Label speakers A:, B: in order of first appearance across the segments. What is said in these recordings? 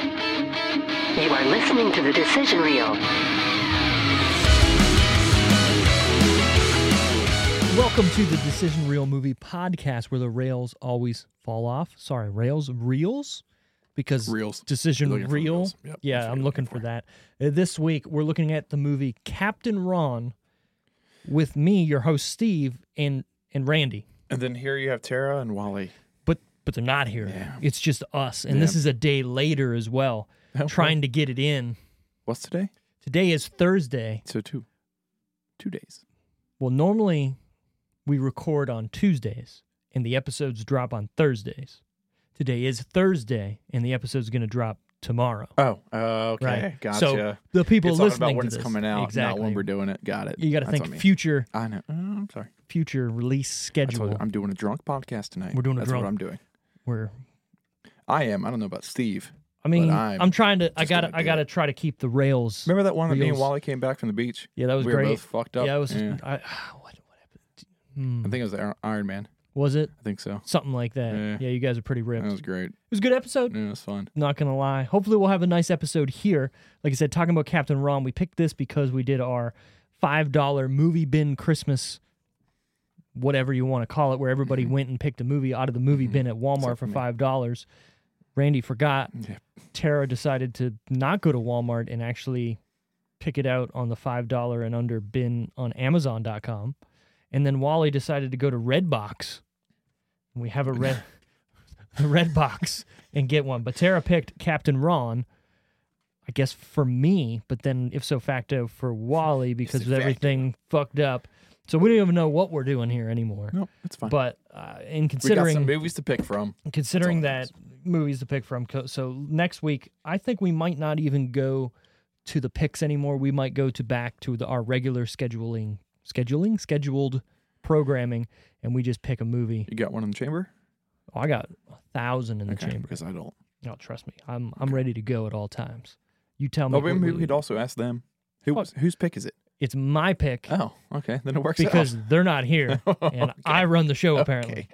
A: You are listening to the decision reel.
B: Welcome to the Decision Reel Movie Podcast, where the rails always fall off. Sorry, rails, reels, because
C: Reels.
B: decision
C: You're looking for
B: reel.
C: reels. Yep, that's
B: yeah,
C: what
B: I'm
C: you're
B: looking
C: looking
B: for that. Uh, This week we're looking at the movie Captain Ron, with me, your host Steve, and and Randy.
C: And then here you have Tara and Wally.
B: But but they're not here. It's just us, and
C: Yeah.
B: this is a day later as well, trying to get it in.
C: What's today?
B: Today is Thursday.
C: So two, two days.
B: Well, normally we record on Tuesdays and the episodes drop on Thursdays. Today is Thursday and the episode's going to drop tomorrow.
C: Oh, uh, okay,
B: Right.
C: gotcha.
B: So the people
C: it's all
B: listening
C: about when
B: to
C: it's
B: this-
C: coming out,
B: exactly.
C: not when we're doing it. Got it.
B: You got to
C: That's
B: think
C: what I mean.
B: future
C: I know. Oh, I'm sorry.
B: future release
C: I told
B: schedule.
C: you, I'm doing a drunk podcast tonight.
B: We're doing a
C: That's
B: drunk-
C: what I'm doing.
B: Where
C: I am. I don't know about Steve.
B: I mean,
C: But I'm
B: I'm, trying to. I
C: just
B: gotta.
C: gonna
B: I
C: do
B: gotta
C: it.
B: try to keep the rails.
C: Remember that one that me and
B: Reels.
C: Wally came back from the beach?
B: Yeah, that was
C: we
B: great.
C: were both fucked up.
B: Yeah, it was.
C: I
B: I, what, what happened? Hmm.
C: think it was the Iron- Iron Man.
B: was it
C: I think so.
B: something like that? Yeah,
C: Yeah.
B: you guys are pretty ripped.
C: That was great.
B: it was a good episode.
C: Yeah, it was fun.
B: Not gonna lie. Hopefully, we'll have a nice episode here. Like I said, talking about Captain Ron, we picked this because we did our five dollar movie bin Christmas, whatever you want to call it, where everybody went and picked a movie out of the movie bin at Walmart for five dollars. Randy forgot.
C: Yep.
B: Tara decided to not go to Walmart and actually pick it out on the five dollar and under bin on Amazon.com, and then Wally decided to go to Redbox. We have a red, a red box and get one. But Tara picked Captain Ron. I guess for me, but then if so facto for Wally because of everything fucked up. So we don't even know what we're doing here anymore.
C: No, it's fine.
B: But uh, in
C: we got
B: considering
C: some movies to pick from.
B: considering that
C: That's
B: movies to pick from. co- So next week, I think we might not even go to the picks anymore. We might go to back to the, our regular scheduling, scheduling, scheduled programming, and we just pick a movie.
C: You got one in the chamber?
B: Oh, I got a thousand in the
C: Okay,
B: chamber.
C: Because I don't.
B: No, trust me, I'm I'm ready to go at all times. You tell me.
C: Oh, maybe
B: what-
C: we could also ask them. Who
B: Fuck.
C: whose pick is it?
B: it's my pick
C: Oh, okay. Then it works
B: because
C: out.
B: they're not here, and I run the show apparently.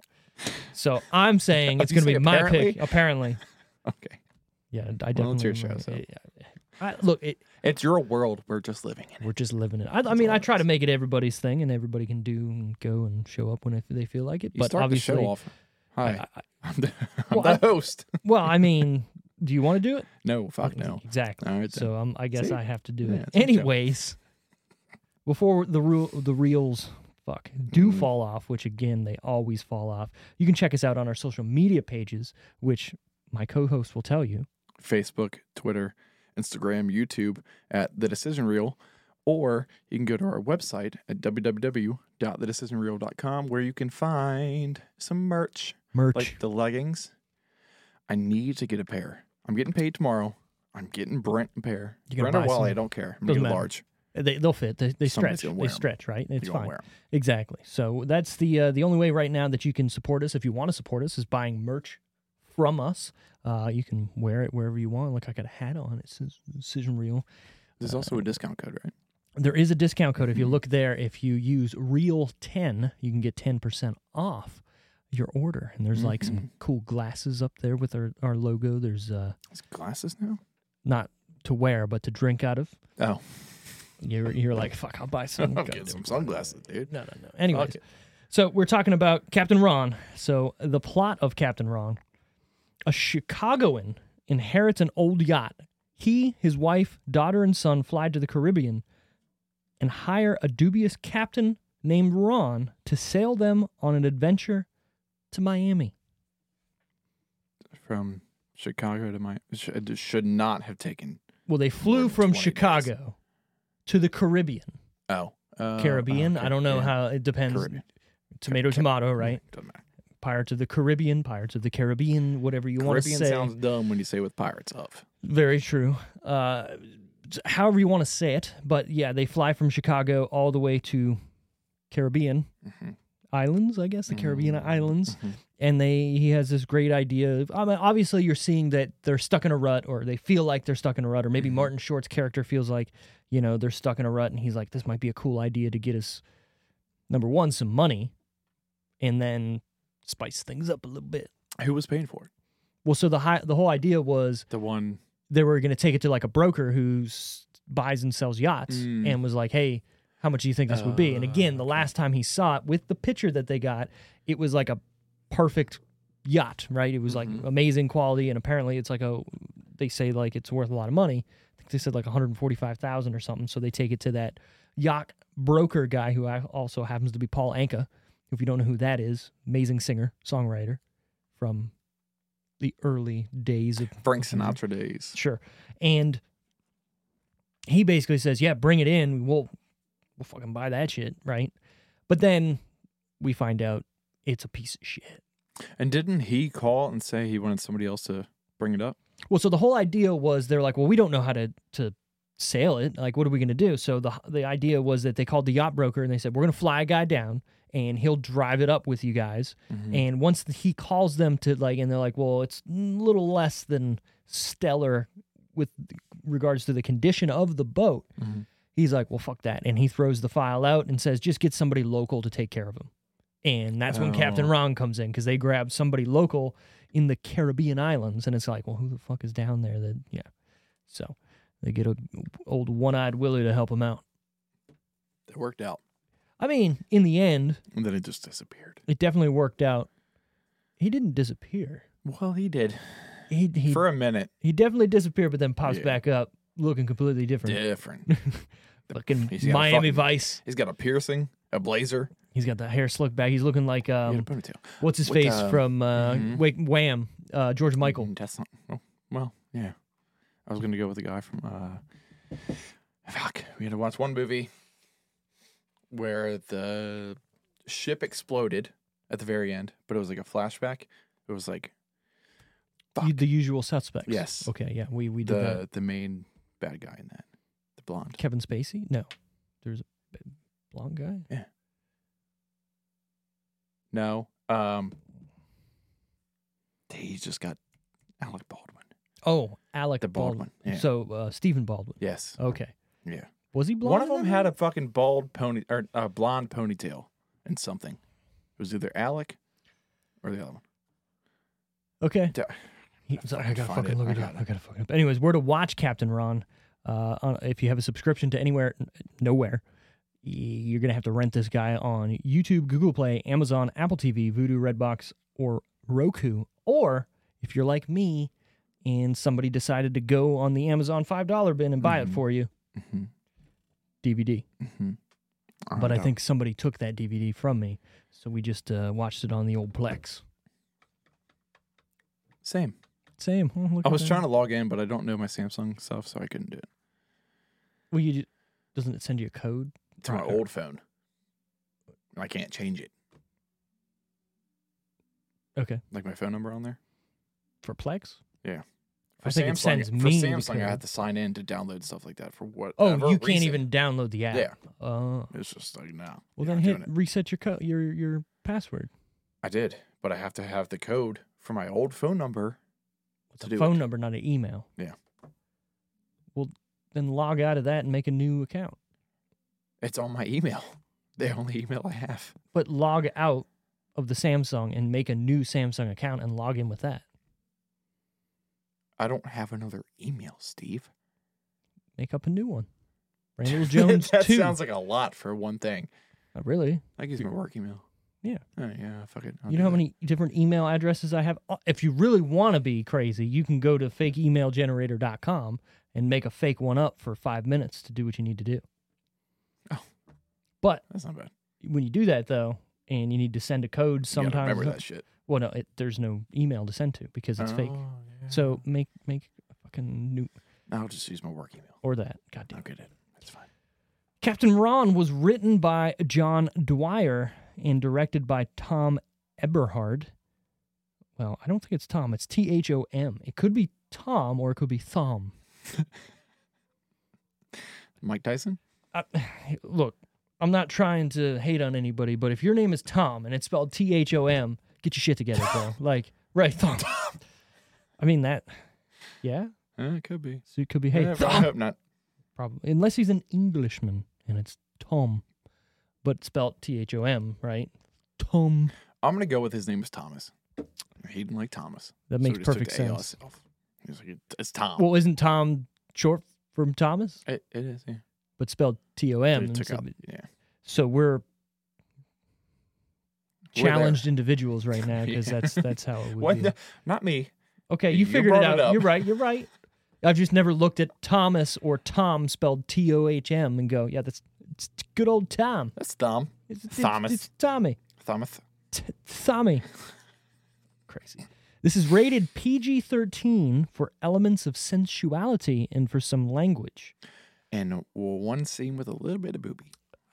C: Okay.
B: So I'm saying it's
C: You
B: going to be
C: say
B: my pick.
C: apparently?
B: Apparently,
C: Okay.
B: yeah, I
C: Well,
B: definitely.
C: it's your
B: remember-
C: show, so.
B: it- I, look, it,
C: It's your world. We're just living in it.
B: We're just living it. I, I mean, I try to make it everybody's thing, and everybody can do and go and show up when they feel like it.
C: You
B: but
C: start the
B: obviously,
C: show off. Hi.
B: I-
C: I, am the, I'm
B: Well,
C: the
B: I-
C: host.
B: well, I mean, do you want to do it?
C: No, fuck no.
B: Exactly.
C: All right, then.
B: so um, I guess
C: See?
B: I have to do
C: Yeah,
B: it.
C: it's my show.
B: Anyways, before the rule, the reels, fuck, do
C: Mm-hmm.
B: fall off, which again they always fall off. You can check us out on our social media pages, which my co-host will tell you.
C: Facebook, Twitter, Instagram, YouTube at The Decision Reel. Or you can go to our website at www.thedecisionreel.com where you can find some merch,
B: Merch.
C: like the leggings. I need to get a pair. I'm getting paid tomorrow. I'm getting Brent a pair.
B: You're gonna
C: Brent
B: buy
C: or Wally,
B: some-
C: I don't care. I'm
B: Doesn't
C: getting
B: matter.
C: large.
B: They they'll fit. They, they
C: Somebody's
B: stretch.
C: gonna
B: They
C: wear 'em.
B: stretch, right? It's
C: You're gonna
B: fine.
C: wear 'em.
B: Exactly. So that's the uh, the only way right now that you can support us. If you want to support us, is buying merch from us. Uh, you can wear it wherever you want. Look, I got a hat on. It says Decision Reel.
C: There's also a discount code, right?
B: There is a discount code. If you look there, if you use Real ten, you can get ten percent off your order. And there's like some cool glasses up there with our our logo. There's uh,
C: Is it glasses now?
B: not to wear, but to drink out of.
C: Oh,
B: You're you're like fuck. I'll buy some.
C: I'm
B: goddamn
C: getting some sunglasses, dude.
B: No, no, no. Anyways,
C: Okay.
B: so we're talking about Captain Ron. So the plot of Captain Ron: a Chicagoan inherits an old yacht. He, his wife, daughter, and son fly to the Caribbean and hire a dubious captain named Ron to sail them on an adventure to Miami.
C: From Chicago to my sh- it should not have taken.
B: Well, they flew
C: than
B: from
C: 20 days.
B: Chicago to the Caribbean.
C: Oh, uh,
B: Caribbean?
C: okay,
B: I don't know
C: yeah.
B: how it depends.
C: Caribbean.
B: Tomato,
C: Ca-
B: tomato, right?
C: Doesn't matter.
B: Pirates of the Caribbean, Pirates of the Caribbean, whatever you want to
C: Caribbean
B: say.
C: sounds dumb when you say with pirates of.
B: Very true. Uh, however you want to say it, but yeah, they fly from Chicago all the way to Caribbean islands, I guess the Caribbean islands, and they he has this great idea. Of, I mean, obviously, you're seeing that they're stuck in a rut, or they feel like they're stuck in a rut, or maybe Martin Short's character feels like you know they're stuck in a rut, and he's like, this might be a cool idea to get us number one some money and then spice things up a little bit.
C: Who was paying for it?
B: Well, so the high, the whole idea was
C: The one
B: they were going to take it to like a broker who s- buys and sells yachts
C: Mm.
B: and was like, "Hey, how much do you think this would be?" And
C: Ah,
B: again, the
C: okay.
B: last time he saw it with the picture that they got, it was like a perfect yacht, right? It was like
C: Mhm.
B: amazing quality and apparently it's like a they say like it's worth a lot of money. I think they said like 145,000 or something, so they take it to that yacht broker guy who I also happens to be Paul Anka. If you don't know who that is, amazing singer, songwriter from the early days of
C: Frank Sinatra days.
B: Sure. And he basically says, "Yeah, bring it in. We'll we'll fucking buy that shit, right?" But then we find out it's a piece of shit.
C: And didn't he call and say he wanted somebody else to bring it up?
B: Well, so the whole idea was they're like, "Well, we don't know how to to sail it. Like, what are we going to do?" So the the idea was that they called the yacht broker and they said, "We're going to fly a guy down." And he'll drive it up with you guys.
C: Mhm.
B: And once the, he calls them to like, and they're like, well, it's a little less than stellar with regards to the condition of the boat.
C: Mhm.
B: He's like, well, fuck that. And he throws the file out and says, just get somebody local to take care of him. And that's when Captain
C: Oh.
B: Ron comes in because they grab somebody local in the Caribbean islands. And it's like, well, who the fuck is down there? That, yeah. So they get a old one eyed Willie to help him out.
C: It worked out.
B: I mean, in the end,
C: And then it just disappeared.
B: it definitely worked out. He didn't disappear.
C: Well, he did.
B: He, he,
C: For a minute.
B: he definitely disappeared, but then pops
C: Yeah.
B: back up looking completely different.
C: Different.
B: Fucking
C: He's got a
B: Miami
C: fucking-
B: Vice.
C: He's got a piercing, a blazer,
B: He's got the hair slicked back. He's looking like
C: he
B: um,
C: had a ponytail.
B: What's his
C: with,
B: face
C: uh,
B: from uh,
C: mhm.
B: Wake Wham? Uh, George Michael.
C: Mm, That's not. Oh, well, yeah. I was gonna go with the guy from. uh Fuck. We had to watch one movie where the ship exploded at the very end, but it was like a flashback. It was like
B: You- The usual suspects.
C: Mm-hmm. Yes.
B: Okay. Yeah. We we did that.
C: the the main bad guy in that, the blonde.
B: Kevin Spacey. No, there's a b- blonde guy.
C: No. Um. He's just got Alec Baldwin,
B: Oh, Alec
C: the Baldwin. Yeah.
B: So uh, Stephen Baldwin.
C: yes.
B: Okay.
C: Yeah.
B: Was he blonde?
C: One of
B: in
C: them
B: that
C: had a
B: movie?
C: fucking bald pony or a blonde ponytail and something. It was either Alec or the other one.
B: Okay.
C: Da-
B: He, so I
C: fucking
B: gotta
C: find
B: fucking
C: it.
B: look
C: I
B: it
C: got
B: up.
C: it.
B: I gotta fucking up. Anyways, where to watch Captain Ron? Uh, on, if you have a subscription to anywhere, n- nowhere, y- you're gonna have to rent this guy on YouTube, Google Play, Amazon, Apple TV, Vudu, Redbox, or Roku. Or if you're like me, and somebody decided to go on the Amazon five dollar bin and buy
C: Mhm.
B: it for you,
C: Mhm.
B: DVD.
C: Mhm. Uh,
B: Mm-hmm. But I
C: no.
B: think somebody took that DVD from me, so we just uh, watched it on the old Plex.
C: same.
B: Same. Oh, look
C: I
B: at
C: was
B: that.
C: trying to log in, but I don't know my Samsung stuff, so I couldn't do it.
B: Well, you ju- doesn't it send you a code?
C: It's my
B: Right.
C: old phone. And I can't change it.
B: Okay.
C: Like my phone number on there.
B: for Plex?
C: For
B: I think it
C: Samsung,
B: sends
C: for
B: me the
C: Samsung, I
B: code.
C: had to sign in to download stuff like that Uh, for what?
B: Oh, you can't even download the app.
C: Yeah.
B: Oh.
C: It's just like no.
B: well,
C: you're
B: then
C: not
B: hit
C: doing it.
B: reset your co- your your password.
C: I did, but I have to have the code for my old phone number.
B: It's
C: To
B: a
C: do
B: phone
C: it.
B: number, not an email.
C: Yeah.
B: Well, then log out of that and make a new account.
C: It's on my email. The only email I have.
B: But log out of the Samsung and make a new Samsung account and log in with that.
C: I don't have another email, Steve.
B: Make up a new one. Randall Jones
C: that
B: two.
C: sounds like a lot for one thing.
B: Not really.
C: I use my work email.
B: Yeah.
C: Oh, yeah, fuck it. I'll
B: you
C: do
B: know how
C: that.
B: many different email addresses I have? Uh, If you really want to be crazy, you can go to fakeemailgenerator.com and make a fake one up for five minutes to do what you need to do.
C: Oh.
B: But
C: That's not bad.
B: when you do that, though, and you need to send a code
C: You gotta
B: sometimes.
C: remember that shit.
B: Well, no, it, there's no email to send to because it's fake.
C: Oh, yeah.
B: So make make a fucking new
C: I'll just use my work email.
B: or that. God damn.
C: I'll get it. That's fine.
B: Captain Ron was written by John Dwyer and directed by Tom Eberhard. Well, I don't think it's Tom. It's T H O M. It could be Tom or it could be Thom.
C: Mike Tyson.
B: I, look, I'm not trying to hate on anybody, but if your name is Tom and it's spelled T H O M, get your shit together, bro. like, right, Thom. I mean that. Yeah.
C: Uh, it could be.
B: So it could be hey
C: Yeah, but I
B: Thom.
C: hope not.
B: probably unless he's an Englishman and it's Tom, but spelt T H O M, right? Tom.
C: I'm gonna go with his name is Thomas. He didn't like Thomas.
B: That
C: so
B: makes
C: he just took
B: perfect
C: the AL
B: sense.
C: itself. He was like, it's Tom.
B: Well, isn't Tom short from Thomas,
C: it, it is. Yeah.
B: but spelled T O
C: So he
B: M?
C: took out- yeah.
B: So we're
C: We're there.
B: challenged individuals right now because
C: Yeah.
B: that's that's how it would
C: What?
B: be.
C: the- Not me.
B: Okay,
C: You
B: you figured
C: brought
B: it out.
C: it up.
B: you're right. You're right. I've just never looked at Thomas or Tom spelled T O H M and go, yeah, that's it's good old Tom.
C: That's Tom.
B: It's, it's-
C: Thomas.
B: It's Tommy.
C: Thomas.
B: T- Tommy. Crazy. This is rated PG 13 for elements of sensuality and for some language.
C: And one scene with a little bit of booby.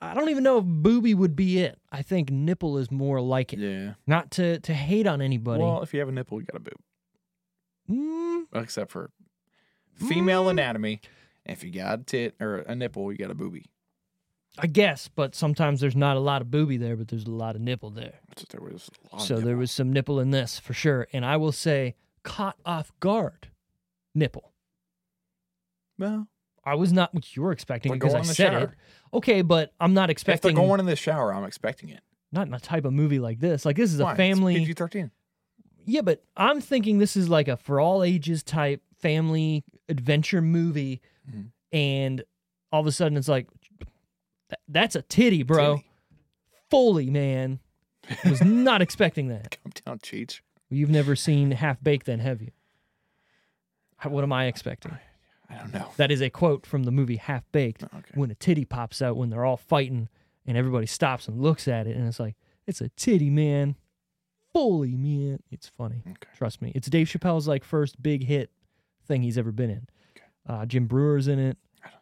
B: I don't even know if booby would be it. I think nipple is more like it.
C: Yeah.
B: Not to, to hate on anybody.
C: Well, if you have a nipple, you got a boob.
B: Mm,
C: Except for female
B: Mm.
C: anatomy. If you got a tit or a nipple, you got a booby.
B: I guess, but sometimes there's not a lot of booby there, but there's a lot of nipple there.
C: So there was a lot of
B: So there
C: nipple.
B: was some nipple in this for sure. And I will say, caught off guard nipple.
C: Well,
B: I was not what you were expecting
C: They're
B: because I
C: going in the
B: said
C: shower.
B: it. Okay, but I'm not
C: if they're
B: expecting
C: going in the shower, I'm expecting it.
B: not in a type of movie like this. Like this is
C: Why?
B: a family.
C: PG 13.
B: Yeah, but I'm thinking this is like a for all ages type family adventure movie,
C: Mhm.
B: and all of a sudden it's like, "Th- that's a titty, bro. Fully, man. Was not expecting that.
C: Come down, Cheech.
B: You've never seen Half Baked, then have you? How- What am I expecting?
C: I don't know.
B: That is a quote from the movie Half Baked
C: Okay.
B: when a titty pops out when they're all fighting and everybody stops and looks at it and it's like, it's a titty, man. Fully, man. It's funny.
C: Okay.
B: Trust me. It's Dave Chappelle's like first big hit thing he's ever been in. Uh, Jim Brewer's in it.
C: I don't know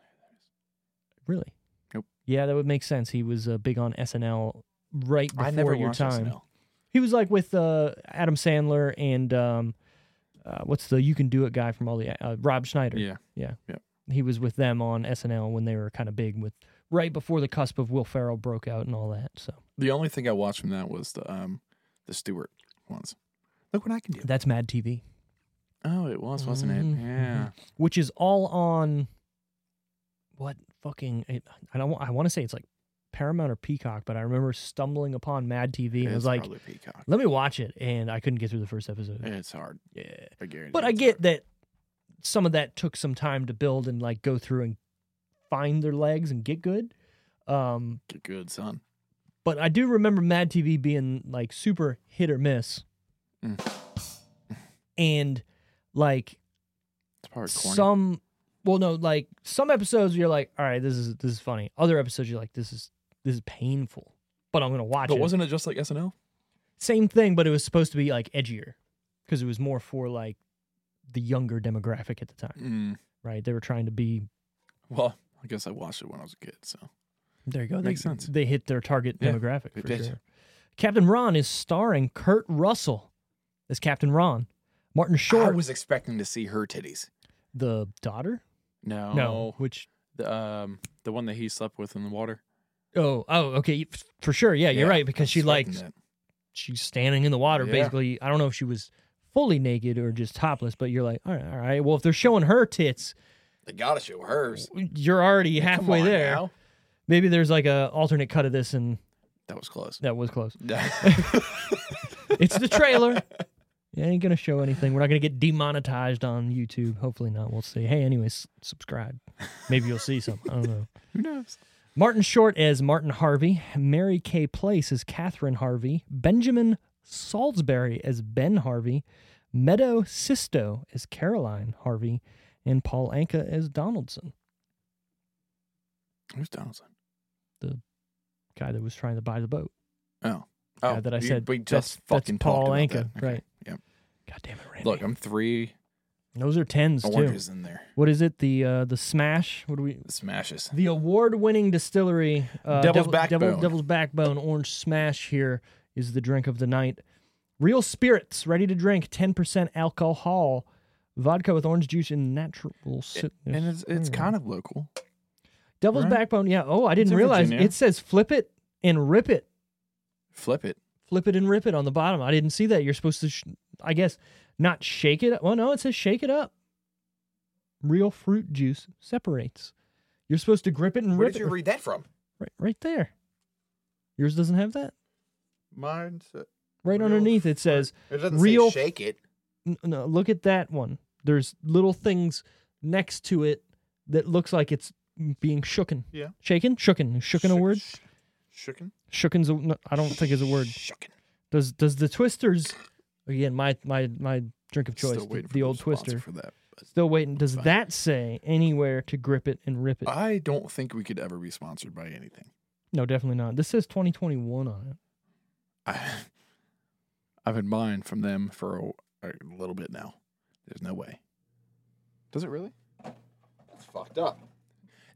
B: Really?
C: Nope.
B: Yeah, that would make sense. He was uh, big on SNL right before
C: I never
B: your
C: watched
B: time.
C: SNL.
B: He was like with uh, Adam Sandler and um, uh, what's the You Can Do It guy from all the uh, Rob Schneider.
C: Yeah.
B: He was with them on SNL when they were kind of big with right before the cusp of Will Ferrell broke out and all that. So
C: The only thing I watched from that was the um the Stewart ones. Look what I can do.
B: that's Mad TV,
C: Oh, it was, wasn't
B: Mhm,
C: it? Yeah.
B: which is all on what fucking it, I don't wa- I want to say it's like Paramount or Peacock, but I remember stumbling upon Mad TV and
C: It's
B: was like,
C: probably Peacock.
B: let me watch it, and I couldn't get through the first episode.
C: It's hard.
B: yeah.
C: I guarantee.
B: But I
C: it's
B: get
C: hard.
B: that some of that took some time to build and like go through and find their legs and get good. Um,
C: Get good, son.
B: but I do remember Mad TV being like super hit or miss,
C: Mm.
B: and like
C: It's probably corny.
B: some, well, no, like some episodes you're like, all right, this is this is funny. Other episodes you're like, this is this is painful, but I'm gonna watch
C: but
B: it.
C: wasn't it just like SNL?
B: Same thing, but it was supposed to be like edgier because it was more for like the younger demographic at the time,
C: Mm.
B: right? They were trying to be
C: Well, I guess I watched it when I was a kid, so
B: There you go.
C: Makes
B: they,
C: sense.
B: They hit their target
C: Yeah,
B: demographic
C: they
B: for
C: did.
B: sure. Captain Ron is starring Kurt Russell as Captain Ron. Martin
C: I
B: Short,
C: was expecting to see her titties.
B: the daughter.
C: No,
B: No, which
C: the um the one that he slept with in the water.
B: oh oh okay f- for sure. Yeah, you're
C: Yeah,
B: right
C: I
B: because
C: was
B: she like
C: expecting that.
B: she's standing in the water
C: Yeah.
B: basically. I don't know if she was fully naked or just topless, but you're like all right, all right. Well, if they're showing her tits,
C: they gotta show hers.
B: you're already
C: Come
B: halfway
C: on
B: there.
C: now.
B: Maybe there's like a alternate cut of this, and
C: That was close.
B: that was close.
C: That's
B: It's the trailer. It ain't gonna show anything. We're not gonna get demonetized on YouTube. Hopefully not. We'll see. Hey, anyways, subscribe. Maybe you'll see something. I don't know.
C: Who knows?
B: Martin Short as Martin Harvey. Mary Kay Place as Catherine Harvey. Benjamin Salisbury as Ben Harvey. Meadow Sisto as Caroline Harvey, and Paul Anka as Donaldson,
C: Who's Donaldson?
B: guy that was trying to buy the boat.
C: Oh,
B: Yeah,
C: oh,
B: that I
C: we-
B: said,
C: we
B: that's-
C: just
B: that's
C: fucking
B: Paul
C: talked about
B: Anka,
C: that. Okay,
B: right.
C: Yep.
B: God damn it, Randy!
C: Look, I'm three
B: those are tens too.
C: oranges in there.
B: What is it? The uh, the smash? What do we?
C: Smashes.
B: the award-winning distillery uh,
C: Devil's Backbone.
B: Devil's Backbone Orange Smash here is the drink of the night. Real spirits, ready to drink, 10% alcohol, vodka with orange juice and natural citrus. Hmm.
C: And it's it's kind of local.
B: Devil's
C: right.
B: Backbone. Yeah. Oh, I
C: It's
B: didn't
C: in
B: realize
C: Virginia.
B: it says flip it and rip it.
C: Flip it.
B: Flip it and rip it on the bottom. I didn't see that. You're supposed to sh- I guess not shake it. Well, no, it says shake it up. Real fruit juice separates. You're supposed to grip it and rip it.
C: read that from?
B: Right, right there. Yours doesn't have that.
C: Mine.
B: Right
C: Real
B: underneath it says,
C: It doesn't
B: Real-
C: say shake it.
B: n- no, look at that one. There's little things next to it that looks like it's being shooken.
C: Yeah.
B: Shaken? Shooken. Is Shooken a
C: Shook-
B: word?
C: sh- Shooken?
B: Shooken's a, no, I don't think is a word.
C: Shooken.
B: Does does the Twisters again my my my drink of choice
C: Still
B: the,
C: waiting for
B: the old
C: sponsor
B: Twister
C: for that. but-
B: still waiting does
C: Fine. Uh-huh.
B: that say anywhere to grip it and rip it?
C: I don't think we could ever be sponsored by anything.
B: no, definitely not. This says 2021 on it.
C: I, I've had mine from them for a, a little bit now. There's no way. Does it really? It's fucked up.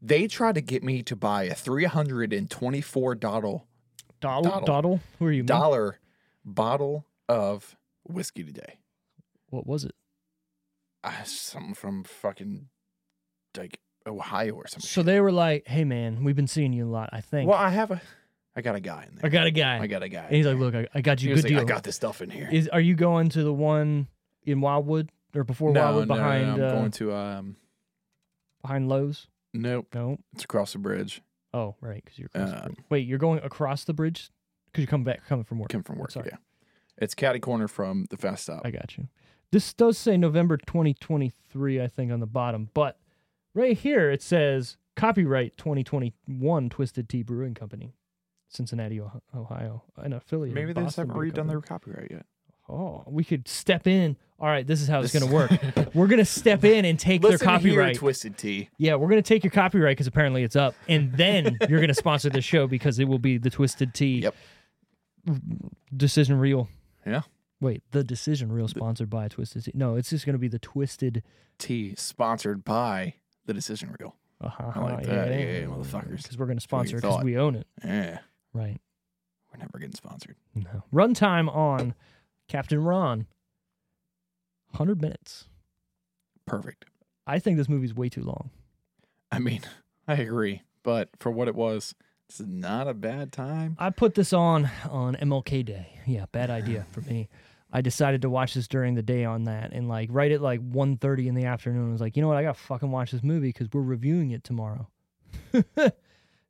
C: They tried to get me to buy a three hundred and twenty-four dollar
B: Doddle,
C: Doddle.
B: Doddle. Who are you? Mel?
C: dollar bottle of whiskey today.
B: What was it?
C: Uh, something from fucking like Ohio or something.
B: So they were like, "Hey man, we've been seeing you a lot. I think
C: Well, I have a, I got a guy in
B: I
C: there.
B: got a guy."
C: I got a guy.
B: and he's like, "Look, I, I got
C: He
B: you a
C: was
B: good
C: like, I
B: deal."
C: got this stuff in here.
B: Is are you going to the one in Wildwood or before Wildwood behind
C: I'm
B: uh,
C: going to um.
B: behind Lowe's?
C: Nope,
B: No.
C: it's across the bridge.
B: Oh right, because you're across
C: Uh,
B: the bridge. wait, you're going across the bridge because you come back coming from work.
C: Come from work.
B: Sorry.
C: Yeah, it's catty corner from the fast stop.
B: I got you. This does say November 2023, I think, on the bottom, but right here it says copyright 2021 Twisted Tea Brewing Company, Cincinnati, Ohi- Ohio, an affiliate.
C: Maybe
B: of
C: they just
B: Boston
C: haven't
B: Brewing
C: redone
B: Company.
C: their copyright yet.
B: Oh, we could step in. All right, this is how it's
C: This-
B: going to work. We're going to step in and take their
C: Listen
B: copyright.
C: here, Twisted Tea.
B: yeah, we're going to take your copyright because apparently it's up, and then you're going to sponsor the show because it will be the Twisted Tea
C: Yep.
B: decision reel.
C: Yeah.
B: Wait, the decision reel sponsored by Twisted Tea. No, it's just going to be the Twisted.
C: Tea sponsored by the decision reel.
B: Uh-huh,
C: I like that. Yeah, yeah, motherfuckers.
B: Because we're going to
C: what you
B: sponsor it because
C: thought.
B: we own it.
C: Yeah,
B: Right.
C: Eh, we're never getting sponsored.
B: No. Runtime on Captain Ron. 100 minutes.
C: Perfect.
B: I think this movie's way too long.
C: I mean, I agree, but for what it was, this is not a bad time.
B: I put this on on MLK Day. Yeah, bad idea for me. I decided to watch this during the day on that, and like right at like 1.30 in the afternoon, I was like, you know what? I gotta fucking watch this movie because we're reviewing it tomorrow.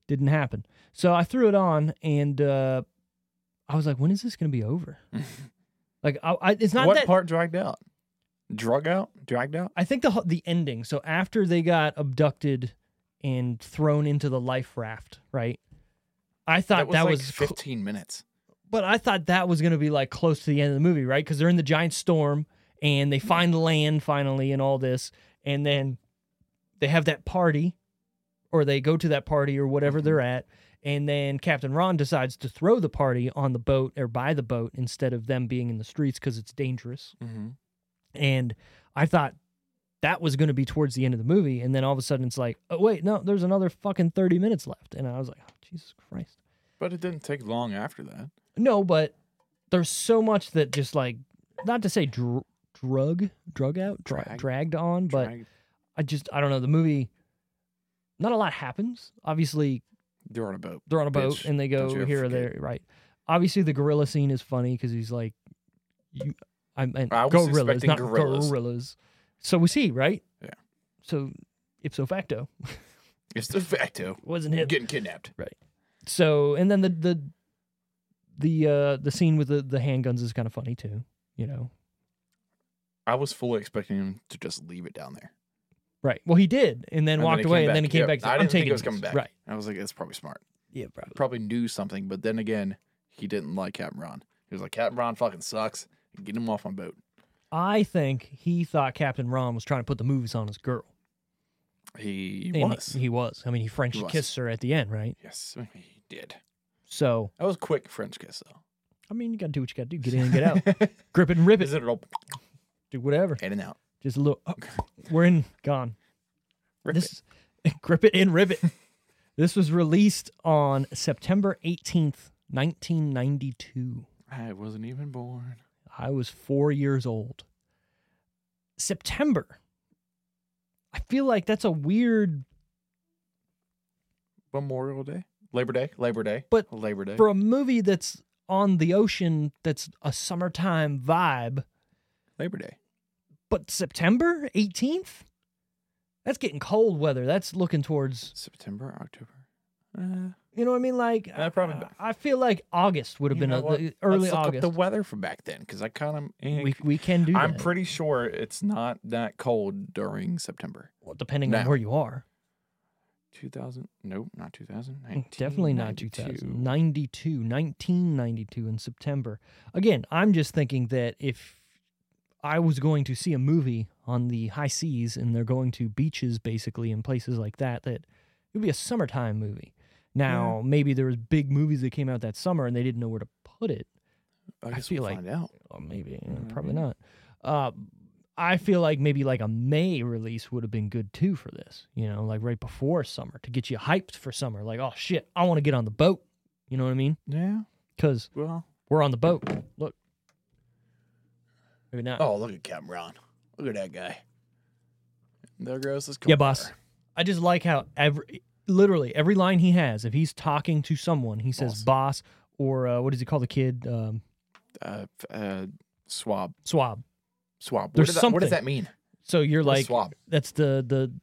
B: Didn't happen. So I threw it on, and uh, I was like, when is this gonna be over? like, I, I, it's not
C: what
B: that.
C: part dragged out? Drug out? Dragged out?
B: I think the ho- the ending. So after they got abducted and thrown into the life raft, right? I thought that
C: like
B: was, cl-
C: 15 minutes.
B: But I thought that was going to be like close to the end of the movie, right? Because they're in the giant storm and they find land finally and all this. And then they have that party or they go to that party or whatever they're at. And then Captain Ron decides to throw the party on the boat or by the boat instead of them being in the streets because it's dangerous.
C: Mm-hmm.
B: And I thought that was going to be towards the end of the movie. And then all of a sudden it's like, oh, wait, no, there's another fucking 30 minutes left. And I was like, oh, Jesus Christ.
C: But it didn't take long after that.
B: No, but there's so much that just like not to say dr- drug drug out dra-
C: Drag-
B: dragged on, but
C: Dragged-
B: I just I don't know the movie. Not a lot happens. Obviously,
C: they're on a boat.
B: they're on a boat
C: Bitch,
B: and they
C: don't you
B: go
C: ever
B: here or
C: forget.
B: there, right? Obviously, the gorilla scene is funny because he's like, "You, I meant
C: I was
B: gorillas,
C: expecting
B: not gorillas.
C: gorillas.
B: So we see, right?
C: Yeah.
B: So ipso facto,
C: It's de facto
B: wasn't it?
C: getting kidnapped.
B: so and then the the the uh the scene with the the handguns is kind of funny too you know
C: I was fully expecting him to just leave it down there.
B: right well he did and then
C: And then
B: walked
C: he came
B: away and then he
C: back.
B: came
C: Yep.
B: back to,
C: I
B: i'm
C: didn't think
B: taking
C: he was
B: this."
C: coming back.
B: right
C: I was like, that's probably smart.
B: yeah probably
C: Probably knew something, but then again, he didn't like Captain Ron. He was like, Captain Ron fucking sucks. Get him off my boat.
B: i think he thought captain ron was trying to put the moves on his girl
C: He
B: And
C: was.
B: he, he was i mean he french
C: He was.
B: kissed her at the end right
C: yes, he did.
B: so
C: That was a quick French kiss, though.
B: i mean you gotta do what you gotta do get in and get out grip it and rip it
C: Is it all
B: do whatever
C: in and out?
B: just a little oh, we're in gone
C: Rip it.
B: this grip it and rip it. this was released on September 18th, 1992.
C: I wasn't even born.
B: I was 4 years old. September. I feel like that's a weird
C: Memorial Day, Labor Day, Labor Day,
B: But
C: Labor Day.
B: for a movie that's on the ocean that's a summertime vibe,
C: Labor Day.
B: but September 18th? That's getting cold weather. That's looking towards
C: September, October. Uh,
B: You know what I mean? Like, uh,
C: Yeah, probably not.
B: I, I feel like August would have been a, the early
C: Let's look
B: August.
C: Up the weather for back then, because I kind of
B: we we can do.
C: I'm
B: that.
C: pretty sure it's not that cold during September.
B: Well, depending on
C: now.
B: where you are.
C: 2000? Nope, not 2000.
B: Mm, Definitely not
C: 1992.
B: 2000. 92, 1992 in September. Again, I'm just thinking that if I was going to see a movie on the high seas and they're going to beaches basically and places like that, that it would be a summertime movie. Now, maybe there was big movies that came out that summer and they didn't know where to put it.
C: I,
B: I
C: guess
B: feel
C: we'll
B: like-
C: find out.
B: Or Oh, maybe, yeah, probably not. Uh, I feel like maybe like a May release would have been good too for this, you know, like right before summer to get you hyped for summer. Like, oh shit, I want to get on the boat. You know what I mean?
C: Yeah.
B: Because
C: Well.
B: we're on the boat. Look. Maybe not.
C: Oh, look at Cameron. Look at that guy. There goes this.
B: yeah, boss. I just like how every, literally every line he has, if he's talking to someone, he says boss or uh, what does he call the kid? Um,
C: Uh, f- uh, swab.
B: swab.
C: Swab. What
B: There's
C: does that- What
B: something.
C: does that mean?
B: So you're
C: What is
B: like,
C: swab.
B: that's the the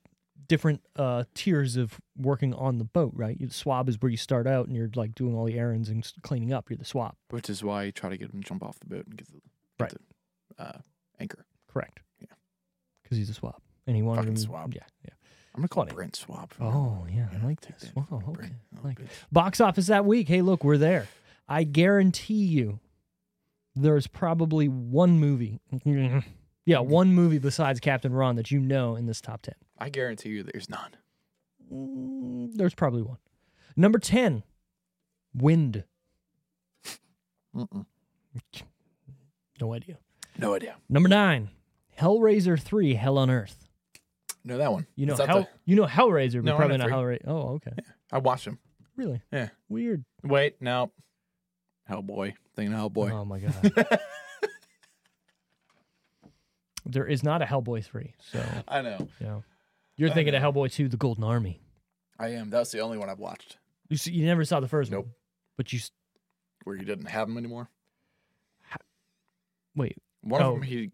B: different uh tiers of working on the boat right You- swab is where you start out and you're like doing all the errands and s- cleaning up you're the swab
C: Which is why you try to get him to jump off the boat and get the, get
B: Right.
C: the uh, anchor.
B: correct
C: Yeah.
B: because he's a swab and he wanted
C: Fucking
B: him to-
C: swab.
B: yeah yeah
C: I'm gonna call
B: Funny.
C: Brent Swab.
B: oh yeah i like
C: take
B: this
C: that
B: wow
C: fucking
B: okay
C: Brent. Oh,
B: like
C: bitch.
B: box office that week hey look we're there i guarantee you there's probably one movie yeah one movie besides captain ron that you know in this top 10
C: I guarantee you, there's none.
B: Mm, there's probably one. Number 10, wind.
C: Mm-mm.
B: No idea.
C: No idea.
B: Number 9, Hellraiser 3, Hell on Earth.
C: No, that one.
B: You know
C: Is that
B: Hell,
C: the-
B: you know Hellraiser, but
C: No, I know
B: probably not
C: three.
B: Hellraiser. Oh, okay.
C: I watched him.
B: Really?
C: Yeah.
B: Weird.
C: Wait, no. Hellboy. Thinking of Hellboy.
B: Oh my god. there is not a Hellboy 3. So,
C: I know.
B: you know. You're thinking of Hellboy 2, The Golden Army.
C: I am. That's the only one I've watched
B: You see, you never saw the first
C: Nope.
B: one. But you s-
C: where he didn't have him anymore.
B: wait,
C: One
B: Oh.
C: of them he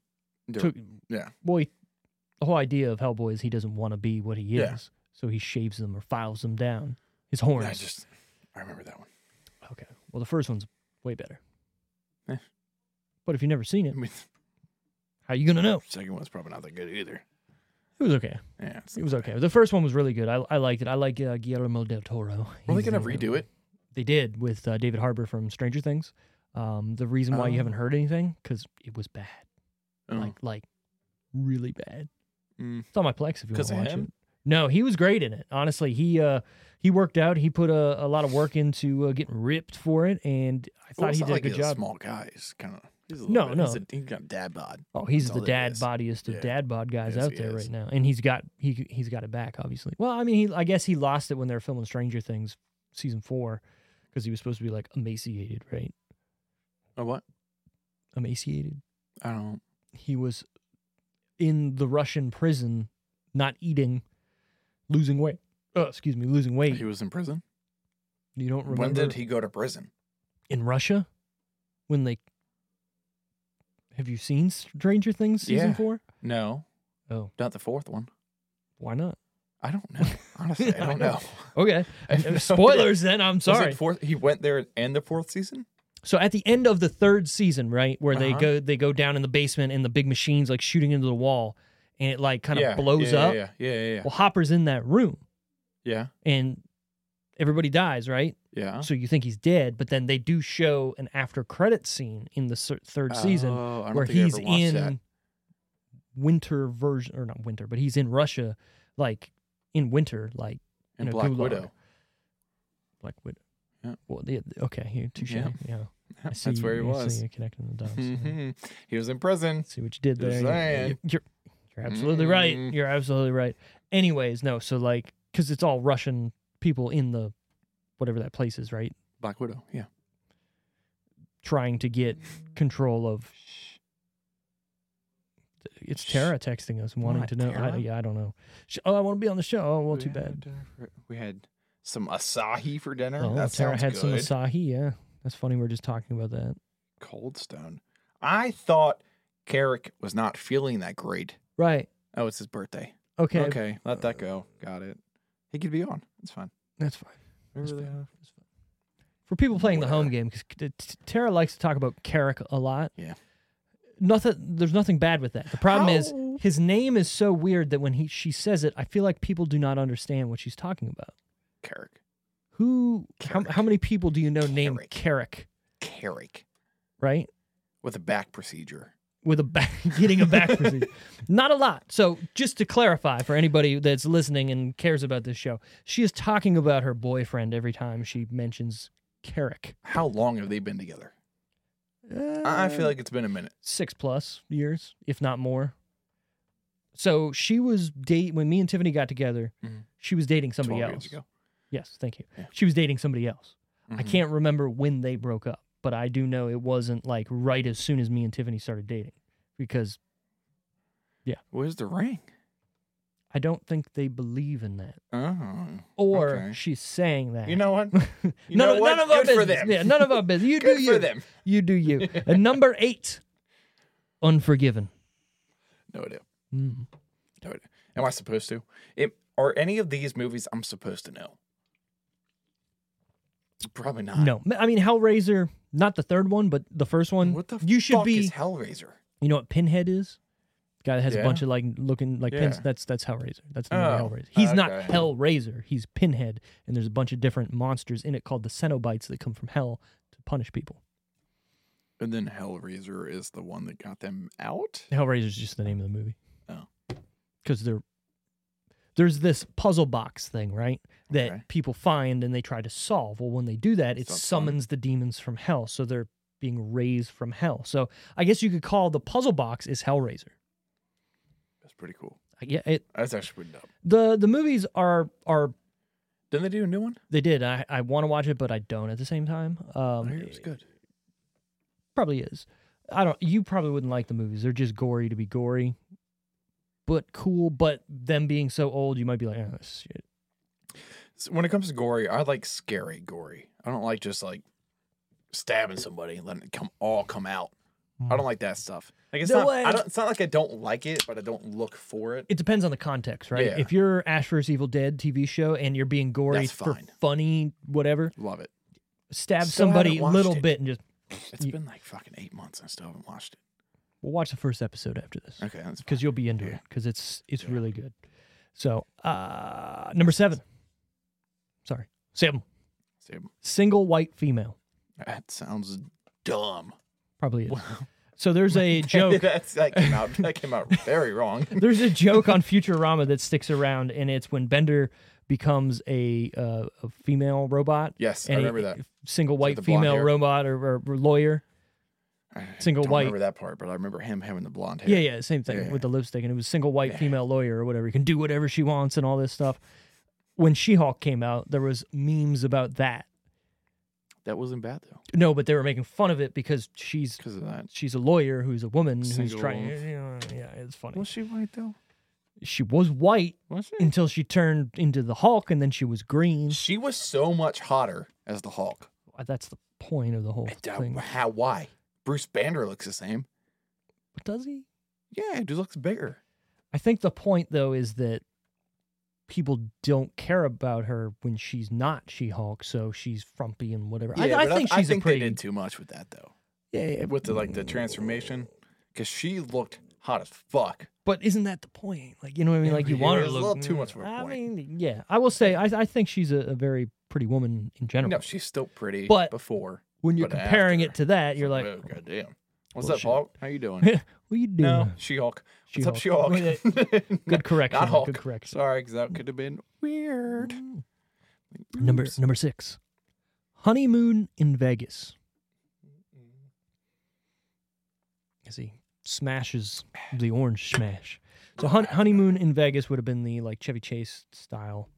C: Dude,
B: took
C: yeah.
B: Well, he, the whole idea of Hellboy is he doesn't want to be what he is,
C: Yeah.
B: so he shaves them or files them down. His horns.
C: I just I remember that one.
B: Okay. Well, the first one's way better.
C: Eh.
B: But if you've never seen
C: I
B: it,
C: mean,
B: how you gonna know?
C: the second one's probably not that good either.
B: It was okay.
C: Yeah, it's
B: It
C: not
B: was
C: bad.
B: okay. The first one was really good. I, I liked it. I like uh, Guillermo del Toro.
C: Were they
B: He's,
C: gonna
B: uh,
C: redo it?
B: They did with uh, David Harbour from Stranger Things. Um, the reason why you
C: Oh.
B: haven't heard anything because it was bad,
C: Oh.
B: like like really bad.
C: Mm.
B: It's on my Plex if you want
C: 'Cause
B: to
C: of
B: watch
C: him?
B: it. No, he was great in it. Honestly, he uh he worked out. He put a, a lot of work into uh, getting ripped for it, and I thought
C: Well, it's
B: he
C: not
B: did
C: like
B: a good
C: he's
B: job.
C: Small guy. He's kind of.
B: No,
C: bit,
B: no.
C: He's, a, he's got dad bod.
B: oh, he's
C: that's
B: the
C: all that
B: dad
C: he is.
B: bodiest of
C: Yeah.
B: dad bod guys
C: Yes,
B: out
C: he
B: there
C: is.
B: right now, and he's got he he's got it back obviously. Well, I mean, he I guess he lost it when they were filming Stranger Things season four because he was supposed to be like emaciated, right?
C: Oh, what?
B: Emaciated.
C: I don't.
B: He was in the Russian prison, not eating, losing weight. Uh, excuse me, losing weight.
C: He was in prison.
B: You don't remember
C: When did he go to prison?
B: in Russia when they have you seen Stranger Things season
C: Yeah.
B: four?
C: No,
B: Oh,
C: not the fourth one.
B: why not?
C: I don't know. Honestly, I don't know.
B: Okay,
C: I have no
B: spoilers. Then I'm
C: Was it
B: sorry.
C: fourth, he went there and the fourth season.
B: So at the end of the third season, right, where they
C: Uh-huh.
B: go, they go down in the basement and the big machines like shooting into the wall, and it like kind of
C: yeah,
B: blows
C: yeah,
B: up.
C: Yeah, yeah, yeah, yeah.
B: Well, Hopper's in that room,
C: Yeah,
B: and everybody dies, right?
C: yeah.
B: So you think he's dead, but then they do show an after credit scene in the cer- third season
C: Oh, I don't
B: where
C: think I
B: he's
C: ever watched
B: in
C: that.
B: winter version or not winter, but he's in Russia, like in winter, like in
C: and
B: a
C: Black
B: gulag.
C: Widow.
B: like with.
C: Yeah.
B: Well, yeah, okay, here, touche. Yeah,
C: Yeah.
B: I see
C: That's where he
B: you, I see
C: was.
B: you connecting the dots. yeah.
C: hmm He was in prison.
B: See what you did there.
C: Just
B: You're-
C: saying.
B: You're, you're absolutely right.
C: Mm.
B: You're absolutely right. Anyways, no, so like, because it's all Russian people in the whatever that place is, right?
C: Black Widow. Yeah.
B: Trying to get control of. It's Tara texting us wanting
C: What,
B: to know. I,
C: Tara?
B: yeah, I don't know. She, oh, I want to be on the show. Oh, well, too bad.
C: had, uh, for- we had some Asahi for dinner.
B: Oh,
C: that
B: Tara
C: sounds
B: had
C: good.
B: some Asahi. Yeah, that's funny. We are just talking about that.
C: Cold Stone. I thought Carrick was not feeling that great.
B: Right.
C: Oh, it's his birthday.
B: Okay.
C: Okay, let that go. Got it. He could be on. It's fine.
B: That's fine. It's
C: Remember uh,
B: fine.
C: that?
B: It's fine. For people playing the home game, because Tara likes to talk about Carrick a lot.
C: Yeah.
B: Nothing. There's nothing bad with that. The problem is
C: How-
B: his name is so weird that when he she says it, I feel like people do not understand what she's talking about.
C: Carrick.
B: Who? How, how
C: Carrick.
B: many people do you know named
C: Carrick.
B: Carrick?
C: Carrick
B: Right.
C: with a back procedure.
B: with a back, getting a back procedure. Not a lot. So, just to clarify for anybody that's listening and cares about this show, she is talking about her boyfriend every time she mentions Carrick.
C: How long have they been together? I I feel like it's been a minute.
B: six plus years, if not more. So she was date when me and Tiffany got together.
C: Mhm.
B: She was dating somebody
C: 12
B: else.
C: years ago.
B: Yes, thank you.
C: Yeah.
B: She was dating somebody else. I
C: Mhm.
B: can't remember when they broke up, but I do know it wasn't like right as soon as me and Tiffany started dating because
C: Where's the ring?
B: I don't think they believe in that.
C: Oh,
B: Or
C: Okay.
B: she's saying that.
C: you know what? You
B: none,
C: know
B: of-
C: what?
B: none of our
C: Good
B: business.
C: for them.
B: Yeah, none of our business. You
C: Good
B: do
C: for
B: you.
C: them.
B: You do you. and number eight, Unforgiven.
C: No idea.
B: Mm.
C: No idea. Am I supposed to? It, are any of these movies I'm supposed to know? Probably not.
B: No, I mean Hellraiser, not the third one, but the first one.
C: What the
B: you should
C: fuck
B: be.
C: is Hellraiser?
B: you know what Pinhead is? Guy that has a
C: Yeah.
B: bunch of like looking like pins.
C: Yeah.
B: That's that's Hellraiser. That's the movie
C: Oh,
B: Hellraiser. He's not
C: okay.
B: Hellraiser. He's Pinhead, and there's a bunch of different monsters in it called the Cenobites that come from hell to punish people.
C: And then Hellraiser is the one that got them out.
B: Hellraiser is just the name of the movie.
C: Oh.
B: Because they're there's this puzzle box thing, right? That
C: Okay.
B: people find and they try to solve. Well, when they do that, it
C: Sounds fun.
B: summons the demons from hell, so they're being raised from hell. So I guess you could call the puzzle box is Hellraiser.
C: That's pretty cool.
B: I ge- it,
C: That's actually pretty dope.
B: the the movies are are
C: Didn't they do a new one?
B: they did. I, I want to watch it, but I don't at the same time.
C: I
B: Um,
C: heard it was good.
B: probably is. I don't. You probably wouldn't like the movies. They're just gory to be gory, but cool. But them being so old, you might be like, oh shit.
C: So when it comes to gory, I like scary gory. I don't like just like stabbing somebody and letting it come all come out. I don't like that stuff. Like it's
B: No
C: not.
B: way.
C: I don't, it's not like I don't like it, but I don't look for it.
B: It depends on the context, right?
C: Yeah.
B: If you're Ash vs Evil Dead TV show and you're being gory
C: That's
B: for
C: fine.
B: funny, whatever,
C: Love it.
B: stab
C: Still haven't
B: somebody a
C: watched
B: little
C: it.
B: bit and just
C: It's
B: You-
C: been like fucking eight months. and I still haven't watched it.
B: we'll watch the first episode after this
C: Okay, that's
B: because you'll be into it
C: Yeah.
B: because it's it's
C: Yeah.
B: really good. So uh number seven, sorry, seven,
C: fine. See,
B: single white female
C: That sounds dumb.
B: probably is.
C: Wow.
B: So there's a joke.
C: That's, that came out. That came out very wrong.
B: There's a joke on Futurama that sticks around, and it's when Bender becomes a uh, a female robot.
C: Yes,
B: and
C: I
B: he-
C: remember that.
B: single
C: the
B: white
C: blonde
B: female
C: hair.
B: robot or, or, or lawyer. Single
C: don't
B: white.
C: remember that part, but I remember him having the blonde hair.
B: Yeah, yeah, same thing
C: Yeah.
B: with the lipstick, and it was single white female lawyer or whatever. You can do whatever she wants and all this stuff. When She-Hulk came out, there was memes about that.
C: That wasn't bad though,
B: No, but they were making fun of it because she's
C: because of that.
B: she's a lawyer who's a woman who's
C: Single.
B: trying. Yeah, it's funny.
C: Was she white though?
B: She was white
C: Was she?
B: until she turned into the Hulk, and then she was green. Uh,
C: She was so much hotter as the Hulk.
B: That's the point of the whole
C: And, uh,
B: thing.
C: how? Why? Bruce Banner looks the same.
B: But does he?
C: Yeah, dude looks bigger.
B: I think the point though is that people don't care about her when she's not She-Hulk, so she's frumpy and whatever.
C: Yeah,
B: I,
C: but
B: I think
C: I,
B: she's a
C: think
B: pretty. Mm.
C: they did too much with that though.
B: Yeah, yeah,
C: With the like the transformation, because she looked hot as fuck.
B: but isn't that the point? Like you know what I mean?
C: Yeah,
B: Like you
C: it
B: want her to
C: was a
B: look mm,
C: little too much of a
B: I
C: point.
B: mean, yeah, I will say I, I think she's a, a very pretty woman in general.
C: No, she's still pretty.
B: But-
C: before,
B: when you're
C: but
B: comparing
C: after,
B: it to that, you're like,
C: oh goddamn, what's up,
B: Bullshit.
C: Hulk? How you doing?
B: what are you doing?
C: no, She Hulk. What's up, She
B: She-Hulk.
C: Hulk?
B: Good correction.
C: Not Hulk.
B: Good correction.
C: Sorry, because that could have been weird.
B: Mm. Number
C: Oops.
B: number six, honeymoon in Vegas. as he smashes the orange smash. So Hun- honeymoon in Vegas would have been the like Chevy Chase style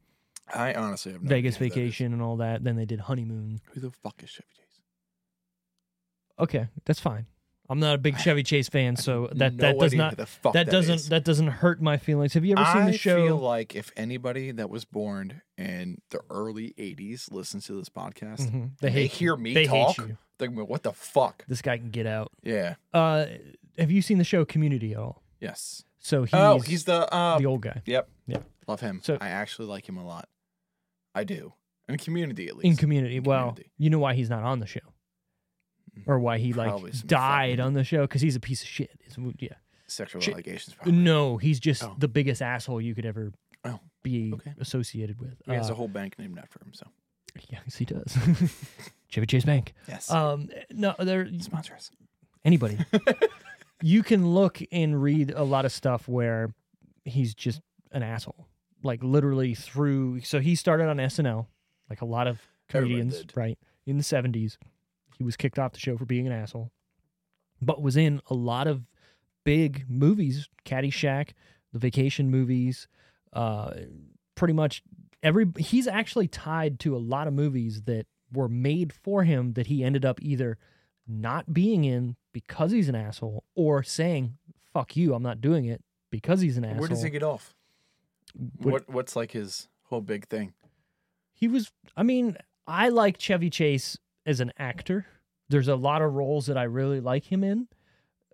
C: I honestly have no
B: Vegas
C: idea who Oh, that is.
B: vacation and all that. Then they did honeymoon.
C: Who the fuck is Chevy Chase?
B: Okay, that's fine. I'm not a big Chevy Chase fan, so that
C: No
B: that does
C: idea who
B: not
C: the fuck
B: that doesn't
C: is.
B: that doesn't hurt my feelings. Have you ever seen
C: I
B: the show?
C: feel like if anybody that was born in the early '80s listens to this podcast,
B: Mhm. They
C: they,
B: hate
C: hear me
B: They hate
C: talk.
B: you.
C: They're gonna be, what the fuck?
B: This guy can get out.
C: Yeah.
B: Uh, have you seen the show Community at all?
C: Yes.
B: So he's,
C: oh, he's the. Uh,
B: the old guy.
C: Yep.
B: Yeah.
C: Love him.
B: So-
C: I actually like him a lot. I do. In community, at least.
B: in community. Well,
C: Community.
B: you know why he's not on the show, or why he like
C: Probably some
B: died
C: fucking-
B: on the show because he's a piece of shit. It's- yeah,
C: Sexual
B: Shit.
C: allegations. Probably.
B: no, he's just
C: Oh.
B: the biggest asshole you could ever
C: Oh,
B: be
C: okay.
B: associated with.
C: He has
B: Uh,
C: a whole bank named after him. So
B: Yes, he does. Chevy Chase Bank.
C: yes,
B: Um, no, there
C: sponsor us.
B: anybody. you can look and read a lot of stuff where he's just an asshole. Like literally through. So he started on SNL, like a lot of
C: Everyone
B: comedians,
C: did.
B: right? In the seventies, he was kicked off the show for being an asshole, but was in a lot of big movies, Caddyshack, the Vacation movies, uh, pretty much every. He's actually tied to a lot of movies that were made for him that he ended up either not being in because he's an asshole or saying "fuck you, I'm not doing it" because he's an asshole.
C: Where does he get
B: What-
C: off? What, What's like his whole big thing?
B: he was i mean i like chevy chase as an actor there's a lot of roles that i really like him in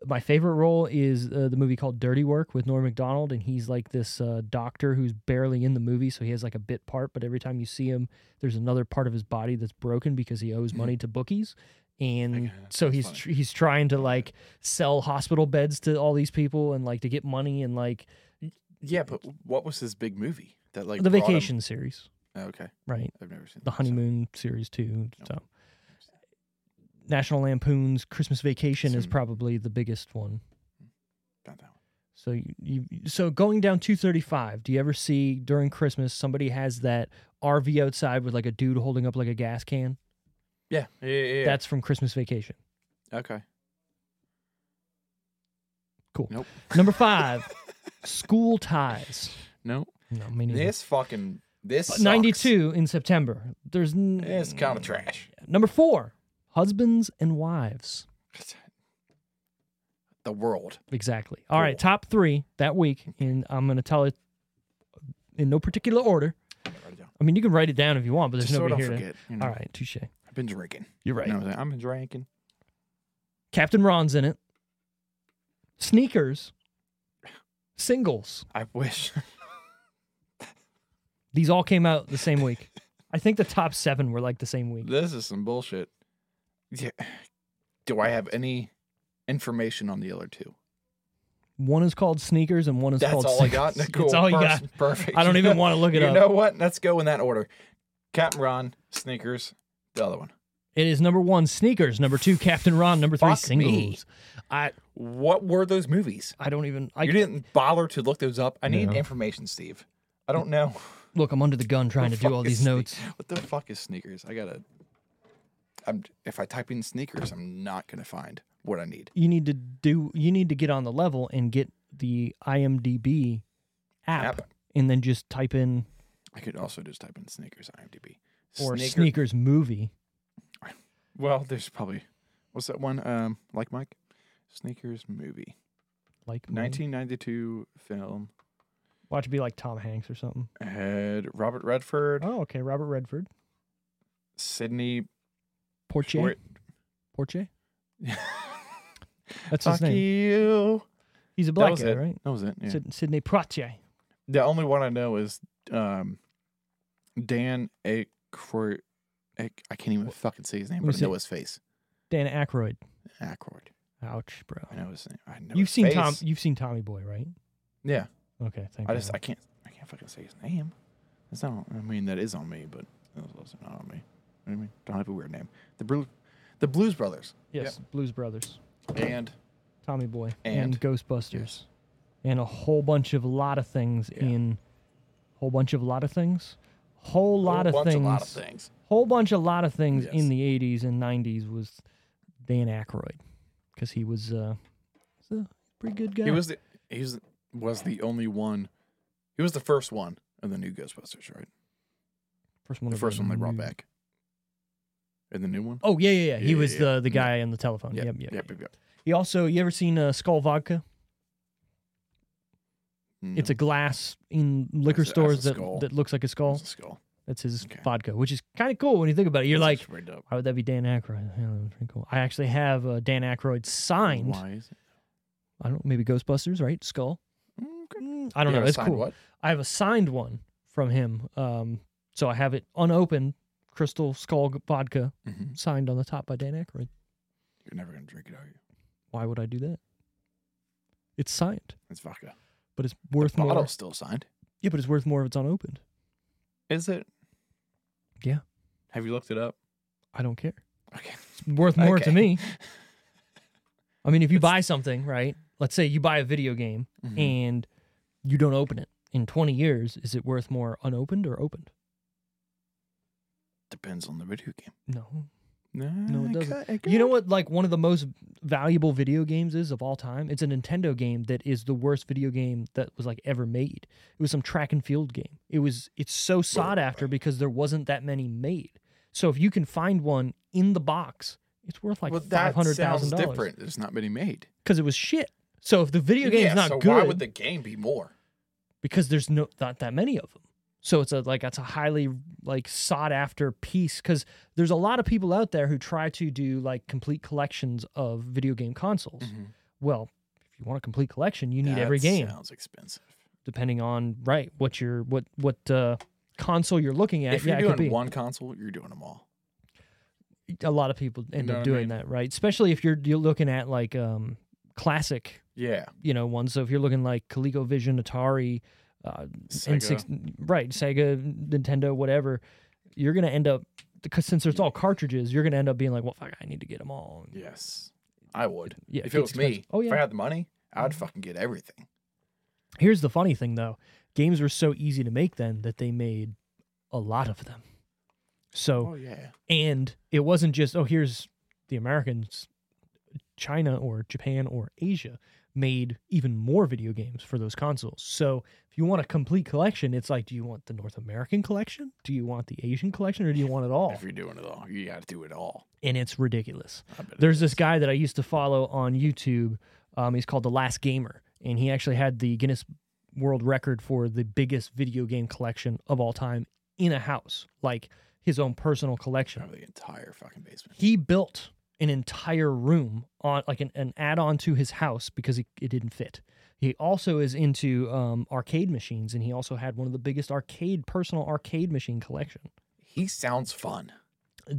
B: my favorite role is uh, the movie called dirty work with norm mcdonald and he's like this uh, doctor who's barely in the movie so he has like a bit part but every time you see him there's another part of his body that's broken because he owes
C: Mm-hmm.
B: money to bookies and
C: Okay,
B: so
C: that's
B: he's
C: funny.
B: tr- he's trying to like sell hospital beds to all these people and like to get money and like
C: Yeah, but what was his big movie that like
B: the
C: brought him-
B: vacation series
C: Oh, okay,
B: right
C: I've never seen
B: the
C: that, so-
B: honeymoon series too.
C: Nope.
B: So National Lampoon's Christmas Vacation is
C: Hmm.
B: probably the biggest one.
C: Not that one.
B: So you, you so going down 235. Do you ever see during Christmas somebody has that RV outside with like a dude holding up like a gas can?
C: Yeah, yeah, yeah. yeah.
B: That's from Christmas Vacation.
C: okay.
B: Cool.
C: Nope.
B: Number 5. school ties.
C: No,
B: No, me neither.
C: this fucking this
B: But
C: sucks.
B: 92 in September. There's n-
C: It's kind of trash.
B: Number 4. Husbands and wives.
C: The world.
B: Exactly. All right,
C: Cool.
B: top three that week, and I'm going to tell it in no particular order. I mean, you can write it down if you want, but there's
C: Just so I
B: nobody
C: don't
B: here. To...
C: forget. Mm-hmm. You know,
B: All right, touche.
C: I've been drinking.
B: You're right.
C: You know what I'm saying? I've been drinking.
B: Captain Ron's in it. Sneakers. Singles.
C: I wish.
B: These all came out the same week. I think the top seven were like the same week.
C: this is some bullshit. Yeah. Do I have any information on the other two?
B: One is called Sneakers, and one is
C: That's
B: called
C: all I
B: Singles.
C: got. Cool.
B: That's all you got.
C: Perfect. Perfect.
B: I don't even want to look it
C: You
B: up.
C: know what? Let's go in that order. Captain Ron, sneakers, the other one.
B: It is number one, Sneakers. Number two, Captain Ron. Number three,
C: Fuck me.
B: Singles. I
C: What were those movies?
B: I don't even. I
C: you didn't bother to look those up. I need
B: No.
C: information, Steve. I don't know.
B: look. I'm under the gun trying to
C: What the
B: do all
C: fuck is
B: these
C: sne-
B: notes.
C: What the fuck is sneakers? I gotta. I'm if I type in sneakers, I'm not gonna find what I need.
B: you need to do you need to get on the level and get the IMDb app,
C: App.
B: and then just type in
C: I could also just type in sneakers IMDb.
B: or
C: Sneaker-
B: sneakers movie.
C: Well, there's probably what's that one? Um, like Mike, sneakers movie,
B: Like movie.
C: 1992 film.
B: Watch it be like Tom Hanks or something.
C: Had Robert Redford,
B: Oh, okay. Robert Redford.
C: Sydney
B: Porche.
C: Short.
B: Porche.
C: That's
B: That's his name.
C: you.
B: He's a
C: That
B: black
C: was
B: guy,
C: it.
B: right?
C: That was it. yeah.
B: Syd- Sydney Poitier.
C: The only one I know is um, Dan A. Acro- I I can't even fucking say his name,
B: Let me
C: but I know
B: see.
C: his face.
B: Dan Aykroyd.
C: Ackroyd.
B: Ouch, bro.
C: I know his name. I know
B: You've
C: his
B: seen
C: face.
B: Tom. You've seen Tommy Boy, right?
C: Yeah.
B: Okay, thank
C: I
B: God.
C: just I can't I can't fucking say his name. That's not. I mean that is on me, but that's also not on me. You know what I mean, don't have a weird name. The Bru- the Blues Brothers
B: yes, Blues Brothers,
C: and
B: Tommy Boy,
C: And-
B: Ghostbusters, and a whole bunch of lot of things
C: Yeah.
B: in whole bunch of lot of things. Whole lot
C: Whole
B: of
C: bunch,
B: things.
C: A lot of things.
B: whole bunch of lot of things
C: Yes.
B: in the 80s and 90s was Dan Aykroyd because he was uh, he's a pretty good guy.
C: He was the he was, was the only one. He was the first one of the new Ghostbusters, right?
B: first one.
C: The
B: of
C: first one they brought
B: new-
C: back. And the new one.
B: Oh yeah, yeah, yeah. He
C: Yeah,
B: was
C: yeah, Mm-hmm.
B: the the guy on the telephone. Oh, Yep, yep.
C: yep, yep, yep.
B: He also, you ever seen uh, Skull Vodka? It's a
C: No,
B: glass in liquor
C: Mm. That's a- that's a
B: stores that
C: skull.
B: that looks like a skull.
C: it's a skull.
B: That's his
C: Okay.
B: vodka, which is kind of cool when you think about it. You're
C: It's
B: like,
C: straight up.
B: why would that be Dan Aykroyd? Yeah, that was pretty cool. I actually have uh, Dan Aykroyd signed.
C: Why is it?
B: I don't maybe Ghostbusters, right? Skull.
C: Okay.
B: Mm, I don't
C: You
B: know.
C: got
B: It's
C: signed
B: cool.
C: What?
B: I have a signed one from him. Um, so I have it unopened Crystal Skull g- vodka
C: Mm-hmm.
B: signed on the top by Dan Aykroyd.
C: You're never gonna drink it, are you?
B: Why would I do that? It's signed,
C: It's vodka.
B: but it's worth
C: the
B: more.
C: bottle's still signed.
B: Yeah, but it's worth more if it's unopened.
C: Is it?
B: Yeah.
C: Have you looked it up?
B: I don't care.
C: Okay.
B: It's worth more to
C: Okay.
B: me. I mean, if you buy something, right? Let's say you buy a video game
C: Mhm.
B: and you don't open it in 20 years, is it worth more unopened or opened?
C: Depends on the video game.
B: No.
C: No,
B: it doesn't. You know what like one of the most valuable video games is of all time? It's a Nintendo game that is the worst video game that was like ever made. It was some track and field game. It was it's so sought after because there wasn't that many made. So if you can find one in the box, it's worth like
C: well,
B: five
C: that
B: hundred
C: sounds
B: thousand dollars.
C: different. There's not many made.
B: because it was shit. So if the video game's
C: yeah,
B: not
C: so
B: good,
C: why would the game be more?
B: because there's no not that many of them. So it's a like that's a highly like sought after piece because there's a lot of people out there who try to do like complete collections of video game consoles.
C: Mm-hmm.
B: Well, if you want a complete collection, you need every
C: That
B: game
C: Sounds expensive.
B: depending on right what your what what uh, console you're looking at.
C: if
B: yeah,
C: you're
B: it could
C: doing
B: be
C: one console, you're doing them all.
B: a lot of people end
C: know what
B: up
C: I
B: doing
C: mean?
B: that, right? Especially if you're you're looking at like um classic
C: Yeah.
B: you know ones. So if you're looking like ColecoVision, Atari, uh,
C: Sega.
B: and six, right, Sega, Nintendo, whatever, you're gonna end up because since there's all cartridges, you're gonna end up being like, well, fuck, I need to get them all.
C: Yes. I would.
B: Yeah,
C: if
B: it's
C: it was me,
B: expensive. Oh,
C: if
B: yeah. Mm-hmm.
C: I had the money, I'd fucking get everything.
B: Here's the funny thing though, games were so easy to make then that they made a lot of them. So
C: Oh yeah.
B: and it wasn't just oh here's the Americans, China or Japan or Asia made even more video games for those consoles. So if you want a complete collection, it's like do you want the North American collection? Do you want the Asian collection or do you want it all?
C: If you're doing it all, you got to do it all.
B: And it's ridiculous.
C: I bet it
B: There's
C: is.
B: this guy that I used to follow on YouTube. Um, he's called The Last Gamer, and he actually had the Guinness World Record for the biggest video game collection of all time in a house, like his own personal collection.
C: Probably the entire fucking basement.
B: He built an entire room on like an, an add-on to his house because he, it didn't fit. He also is into um, arcade machines, and he also had one of the biggest arcade personal arcade machine collection
C: He sounds fun.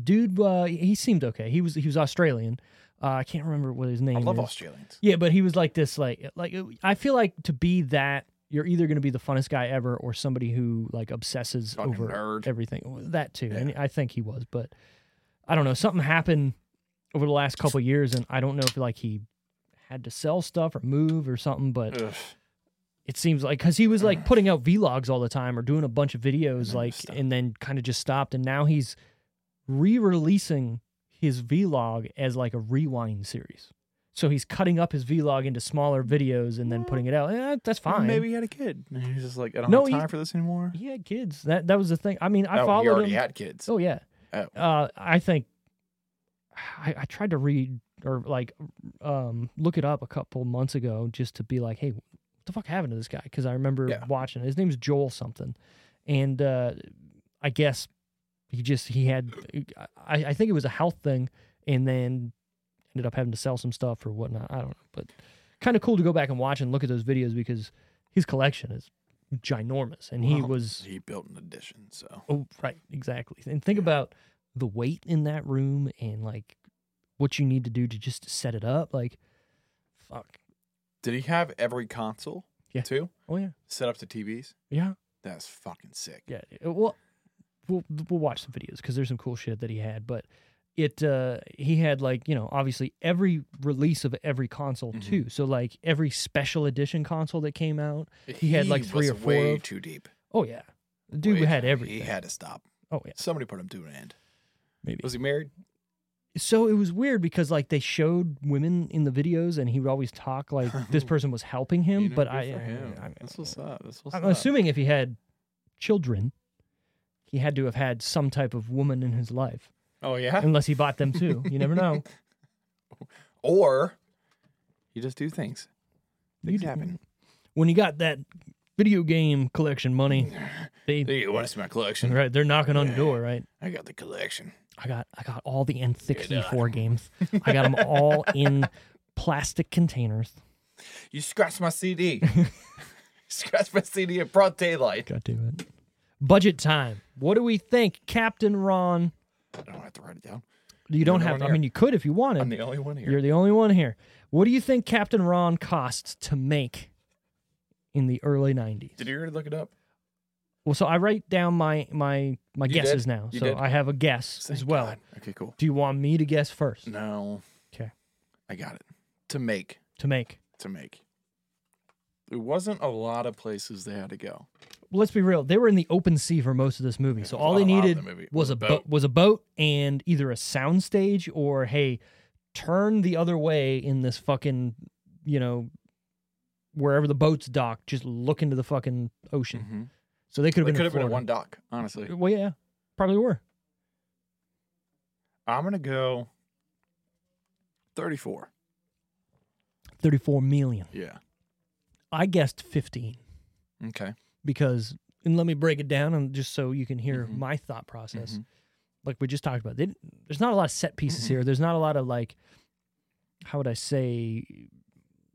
B: dude uh, he seemed okay he was he was australian uh, i can't remember what his name
C: I love
B: is
C: Australians.
B: yeah but he was like this like like i feel like to be that you're either going to be the funnest guy ever or somebody who like obsesses
C: Fucking
B: over
C: nerd.
B: everything Well, that too and i think he was but i don't know something happened over the last couple of years and i don't know if like he had to sell stuff or move or something but
C: Ugh.
B: it seems like because he was like putting out vlogs all the time or doing a bunch of videos
C: then
B: like
C: stopped.
B: and then kind of just stopped and now he's re-releasing his vlog as like a rewind series so he's cutting up his vlog into smaller videos and then putting it out Eh, that's fine
C: Maybe he had a kid. And he's just like, I don't
B: No,
C: have
B: he-
C: time for this anymore.
B: he had kids that that was the thing i mean i
C: oh, he
B: followed
C: already
B: him
C: had kids.
B: oh yeah
C: Oh.
B: uh, i think I, I tried to read or like um, look it up a couple months ago just to be like hey what the fuck happened to this guy because i remember
C: Yeah.
B: watching it. his name's joel something and uh, i guess he just he had I, I think it was a health thing and then ended up having to sell some stuff or whatnot i don't know but kind of cool to go back and watch and look at those videos because his collection is ginormous and he
C: Well,
B: was
C: He built an addition, so.
B: Oh, right, exactly. And think about the weight in that room and like what you need to do to just set it up. Like, fuck.
C: Did he have every console?
B: Yeah.
C: Too?
B: Oh yeah,
C: Set up to TVs?
B: yeah,
C: That's fucking sick.
B: yeah. Uh, Well, we'll we'll watch some videos because there's some cool shit that he had. But it uh he had like you know obviously every release of every console
C: Mhm.
B: too. So like every special edition console that came out. He had, like, three
C: was
B: or four
C: way
B: of-
C: too deep.
B: Oh yeah, the dude
C: Way
B: had
C: too-
B: everything.
C: He had to stop.
B: oh yeah,
C: Somebody put him to an end.
B: maybe.
C: Was he married?
B: so it was weird because like they showed women in the videos and he would always talk like this person was helping him
C: You know,
B: but
C: good
B: i, uh,
C: for him.
B: I,
C: That's what's up. That's what's
B: am
C: up.
B: assuming if he had children he had to have had some type of woman in his life
C: Oh yeah.
B: unless he bought them too you never know
C: Or you just do things.
B: You
C: Things
B: do-
C: happen.
B: when you got that video game collection money they
C: Hey, you want to see my collection?
B: right they're knocking on the door right
C: I got the collection.
B: I got I got all the N64 games. I got them all in plastic containers.
C: You scratched my CD. scratched my CD in broad daylight.
B: God damn it. Budget time. What do we think, Captain Ron?
C: I don't have to write it down.
B: You don't
C: the
B: have.
C: one
B: I
C: here.
B: mean, you could if you wanted.
C: I'm the only one here.
B: You're the only one here. What do you think Captain Ron costs to make in the early '90s?
C: Did you already look it up?
B: Well, so I write down my my my
C: You
B: guesses
C: did?
B: now.
C: You
B: so
C: did?
B: I have a guess as
C: Thank
B: well.
C: God. Okay, cool.
B: Do you want me to guess first
C: No.
B: 'Kay.
C: I got it. To make.
B: to make?
C: To make. There wasn't a lot of places they had to go.
B: Let's be real. They were in the open sea for most of this movie, so
C: Yeah,
B: all
C: a
B: they
C: lot of
B: needed
C: the movie
B: was a boat. was a boat and either a soundstage or hey, turn the other way in this fucking you know wherever the boat's docked. Just look into the fucking ocean.
C: Mm-hmm.
B: So they could have
C: They
B: been.
C: could
B: in
C: have been at
B: Florida.
C: one dock, honestly.
B: Well, yeah, probably were.
C: I'm going to go 34.
B: 34 million.
C: Yeah.
B: I guessed 15
C: Okay.
B: because, and let me break it down and just so you can hear
C: Mhm.
B: my thought process.
C: Mhm.
B: Like we just talked about, they, didn't- there's not a lot of set pieces
C: Mhm.
B: here. There's not a lot of like, how would I say,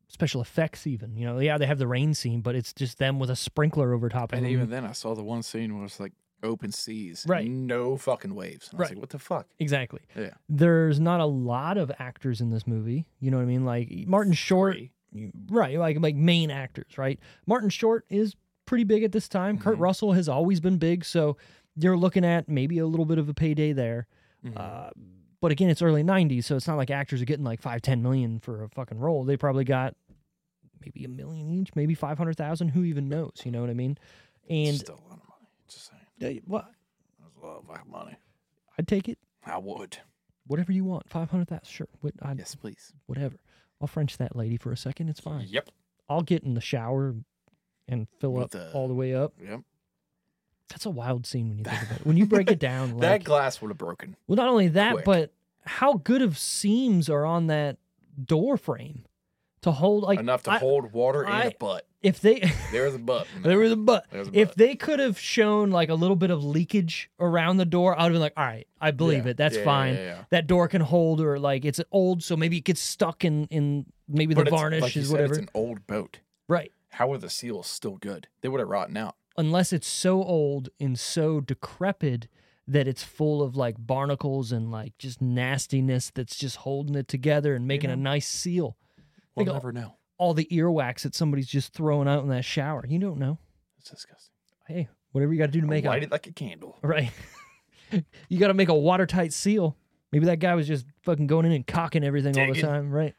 B: special effects even. You know, yeah, they have the rain scene, but it's just them with a sprinkler over top of
C: And
B: them.
C: even then, I saw the one scene where it's like open seas,
B: Right.
C: No fucking waves. And I was
B: Right.
C: like, what the fuck?
B: exactly.
C: Yeah.
B: There's not a lot of actors in this movie. You know what I mean? Like Martin Short,
C: Three.
B: you- right like like main actors right martin short is pretty big at this time kurt
C: Mhm.
B: russell has always been big so you're looking at maybe a little bit of a payday there
C: Mhm.
B: uh, but again it's early 90s so it's not like actors are getting like 5 10 million for a fucking role they probably got maybe a million each maybe 500000 who even knows you know what i mean and
C: Still a lot of money. Just saying.
B: uh, well,
C: That's a lot of fucking money.
B: i'd take it
C: I would.
B: whatever you want 500000 sure what, I,
C: Yes, please.
B: whatever i'll french that lady for a second it's fine
C: Yep.
B: I'll get in the shower and fill
C: With
B: up
C: the-
B: all the way up.
C: Yep.
B: That's a wild scene when you think about it. When you break it down,
C: that
B: like,
C: glass would have broken.
B: well, not only that,
C: quick.
B: but how good of seams are on that door frame to hold like
C: Enough to
B: I-
C: hold water
B: I-
C: in a butt.
B: If they
C: There's a butt. in
B: there was a butt.
C: There's a
B: If
C: butt.
B: they could have shown like a little bit of leakage around the door, I'd have been like, all right, I believe
C: Yeah.
B: it. That's
C: Yeah, yeah,
B: fine.
C: yeah, yeah.
B: That door can hold, or like it's old, so maybe it gets stuck in in maybe
C: But
B: the
C: it's-
B: varnish
C: like you
B: is
C: said,
B: whatever.
C: It's an old boat.
B: right.
C: How are the seals still good? They would have rotten out.
B: unless it's so old and so decrepit that it's full of like barnacles and like just nastiness that's just holding it together and making a nice seal.
C: We'll
B: Think-
C: never know.
B: All the earwax that somebody's just throwing out in that shower. You don't know.
C: It's disgusting.
B: Hey, whatever you got to do to make
C: Light
B: a
C: it like a candle.
B: right, you got to make a watertight seal. Maybe that guy was just fucking going in and cocking everything all the
C: Digging.
B: time, right?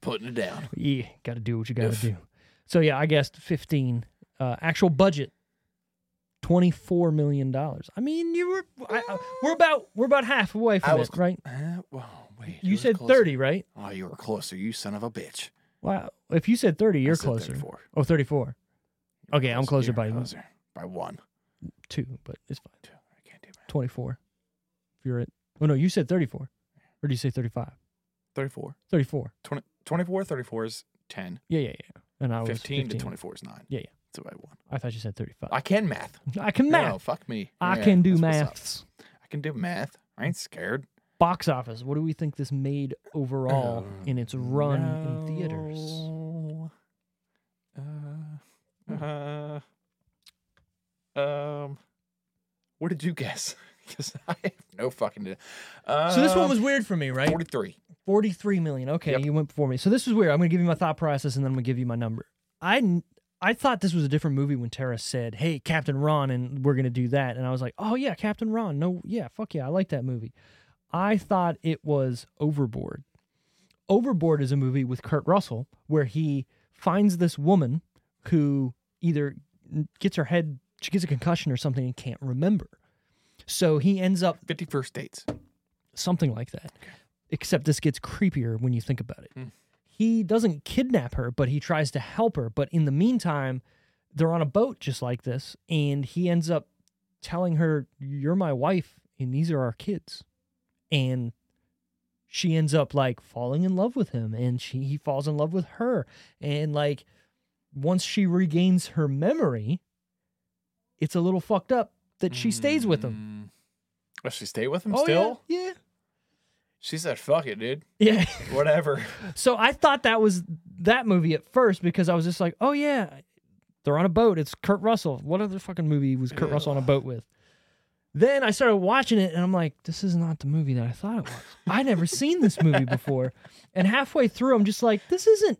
C: Putting it down.
B: Yeah, got to do what you got
C: Oof.
B: to do. So yeah, I guessed 15. Uh, actual budget, 24 million dollars. I mean, you were I, I- we're about we're about halfway from
C: was
B: it, right?
C: Uh, well, wait.
B: You
C: was
B: said
C: closer.
B: 30, right?
C: Oh, you were closer. You son of a bitch.
B: Wow. If you said 30, you're
C: said
B: closer.
C: 34.
B: Oh, 34. Okay, I'm closer
C: You're
B: by
C: closer. By one.
B: two, but it's fine.
C: Two. I can't do math.
B: 24. If you're at Oh no, you said 34. Or do you say 35?
C: 34.
B: 34.
C: 20, 24, 34 is 10.
B: Yeah, yeah, yeah. And I was
C: 15,
B: 15
C: to 24 is 9.
B: Yeah, yeah.
C: So I won.
B: I thought you said 35. I,
C: I can math.
B: can math.
C: No, fuck me.
B: I
C: Yeah,
B: can do
C: that's what's up.
B: maths.
C: I can do math. I ain't scared.
B: box office. What do we think this made overall
C: Uh,
B: in its run in theaters?
C: No. Uh, uh, um, what did you guess? Because I have no fucking. idea. Uh,
B: So this one was weird for me, right?
C: forty-three.
B: 43 million. Okay,
C: Yep.
B: you went before me. So this is weird. I'm going to give you my thought process and then I'm going to give you my number. I n- I thought this was a different movie when Tara said, "Hey, Captain Ron and we're going to do that." And I was like, "Oh yeah, Captain Ron. No, yeah, fuck yeah. I like that movie." I thought it was Overboard. Overboard is a movie with Kurt Russell where he finds this woman who either gets her head she gets a concussion or something and can't remember. So he ends up
C: Fifty-first dates.
B: something like that. Except this gets creepier when you think about it. He doesn't kidnap her, but he tries to help her. But in the meantime, they're on a boat just like this, and he ends up telling her, You're my wife, and these are our kids. And she ends up like falling in love with him, and she he falls in love with her. And like once she regains her memory, it's a little fucked up that she stays with him.
C: Does Mm. she stay with him
B: Oh,
C: Mm. still?
B: yeah.
C: She said, "Fuck it, dude.
B: Yeah. yeah.
C: Whatever."
B: So I thought that was that movie at first because I was just like, oh yeah, They're on a boat. It's Kurt Russell. What other fucking movie was Kurt Russell on a boat with? Then I started watching it and I'm like, this is not the movie that I thought it was. I never seen this movie before. And halfway through, I'm just like, this isn't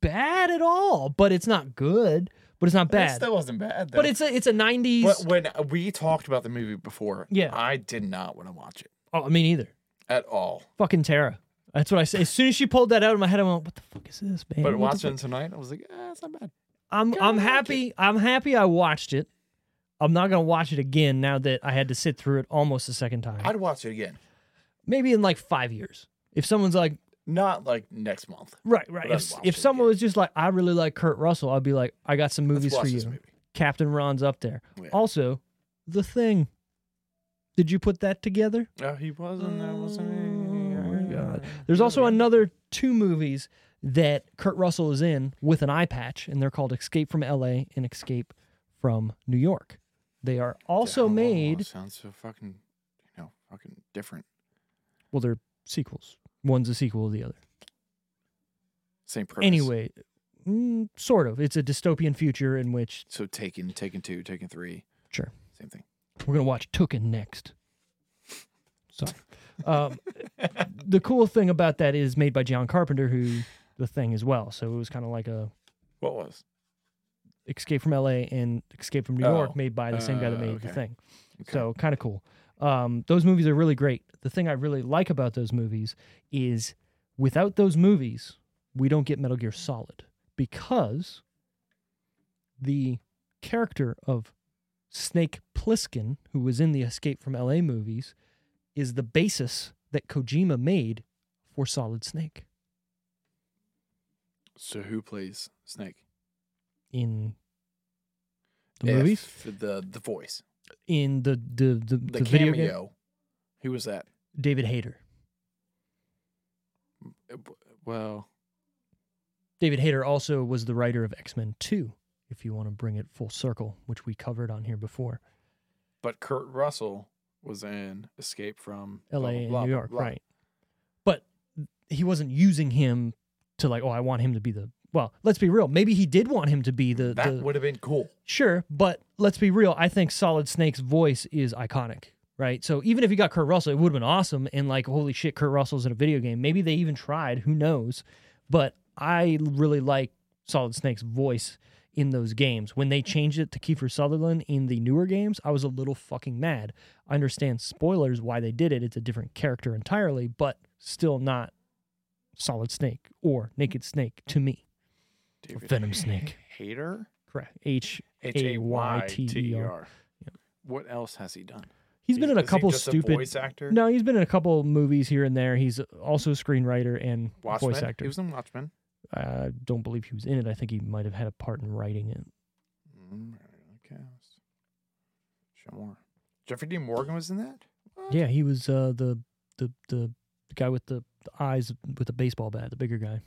B: bad at all, but it's not good, but it's not bad.
C: That wasn't bad. Though.
B: But it's a it's a 90s.
C: But when we talked about the movie before,
B: Yeah.
C: I did not want to watch it
B: oh, I mean, either.
C: at all.
B: Fucking Tara. That's what I say. As soon as she pulled that out of my head, I went, "What the fuck is this, man?"
C: But
B: What the
C: watching tonight, I was like, eh, it's not bad.
B: I'm
C: God, I
B: I'm
C: like
B: happy. I'm happy I watched it. I'm not gonna watch it again now that I had to sit through it almost a second time.
C: I'd watch it again.
B: Maybe in like five years, if someone's like,
C: Not like next month.
B: right, right.
C: But I'd
B: If,
C: watch
B: if
C: it
B: someone
C: again.
B: was just like, I really like Kurt Russell, I'd be like, I got some
C: Let's
B: movies
C: watch
B: for you.
C: this movie.
B: Captain Ron's up there.
C: Yeah.
B: Also, The Thing. Did you put that together?
C: Oh, he wasn't. That wasn't. Oh
B: There's also another two movies that Kurt Russell is in with an eye patch, and they're called Escape from LA and Escape from New York. They are also
C: Down Low
B: made,
C: Sounds so fucking, you know, fucking different.
B: well, they're sequels. One's a sequel of the other.
C: Same purpose.
B: Anyway, mm, sort of. It's a dystopian future in which
C: So taken, taken two, taken three.
B: Sure.
C: Same thing.
B: We're gonna watch Tooken next. Sorry. Um, the cool thing about that is made by John Carpenter, who the thing as well. So it was kind of like a
C: What was?
B: Escape from L.A. and Escape from New York,
C: Oh.
B: made by the same guy that
C: Uh,
B: made the
C: okay.
B: thing.
C: Okay.
B: So kind of cool. Um, those movies are really great. The thing I really like about those movies is without those movies, we don't get Metal Gear Solid because the character of Snake Plissken, who was in the Escape from LA movies, is the basis that Kojima made for Solid Snake
C: So who plays Snake?
B: in the
C: If
B: movies.
C: The the voice.
B: In the the the,
C: The,
B: the video
C: cameo.
B: game,
C: Who was that?
B: David Hayter.
C: Uh, Well,
B: David Hayter also was the writer of X Men 2, if you want to bring it full circle, which we covered on here before.
C: but Kurt Russell was in Escape from
B: LA
C: blah, blah,
B: and
C: Oh, blah,
B: New York,
C: blah.
B: right. But he wasn't using him to, like, oh, I want him to be the. Well, let's be real. Maybe he did want him to be the.
C: That
B: the
C: would have been cool.
B: sure, but let's be real. I think Solid Snake's voice is iconic, right? So even if you got Kurt Russell, it would have been awesome. And, like, holy shit, Kurt Russell's in a video game. Maybe they even tried. Who knows? But I really like Solid Snake's voice in those games. When they changed it to Kiefer Sutherland in the newer games, I was a little fucking mad. I understand spoilers why they did it. It's a different character entirely, but still not Solid Snake or Naked Snake to me. Or
C: David
B: Venom Snake.
C: Hater.
B: Correct. H.
C: H A Y T E
B: A-Y-T-E-R.
C: R. What else has he done?
B: He's been in a
C: is he
B: couple
C: just a
B: stupid.
C: voice actor.
B: No, he's been in a couple movies here and there. He's also a screenwriter and
C: Watchmen.
B: voice actor.
C: He was in Watchmen.
B: I don't believe he was in it. I think he might have had a part in writing it.
C: Mm, okay. Show more. Jeffrey D. Morgan was in that. What?
B: Yeah, he was uh, the the the the guy with the, the eyes with the baseball bat, the bigger guy.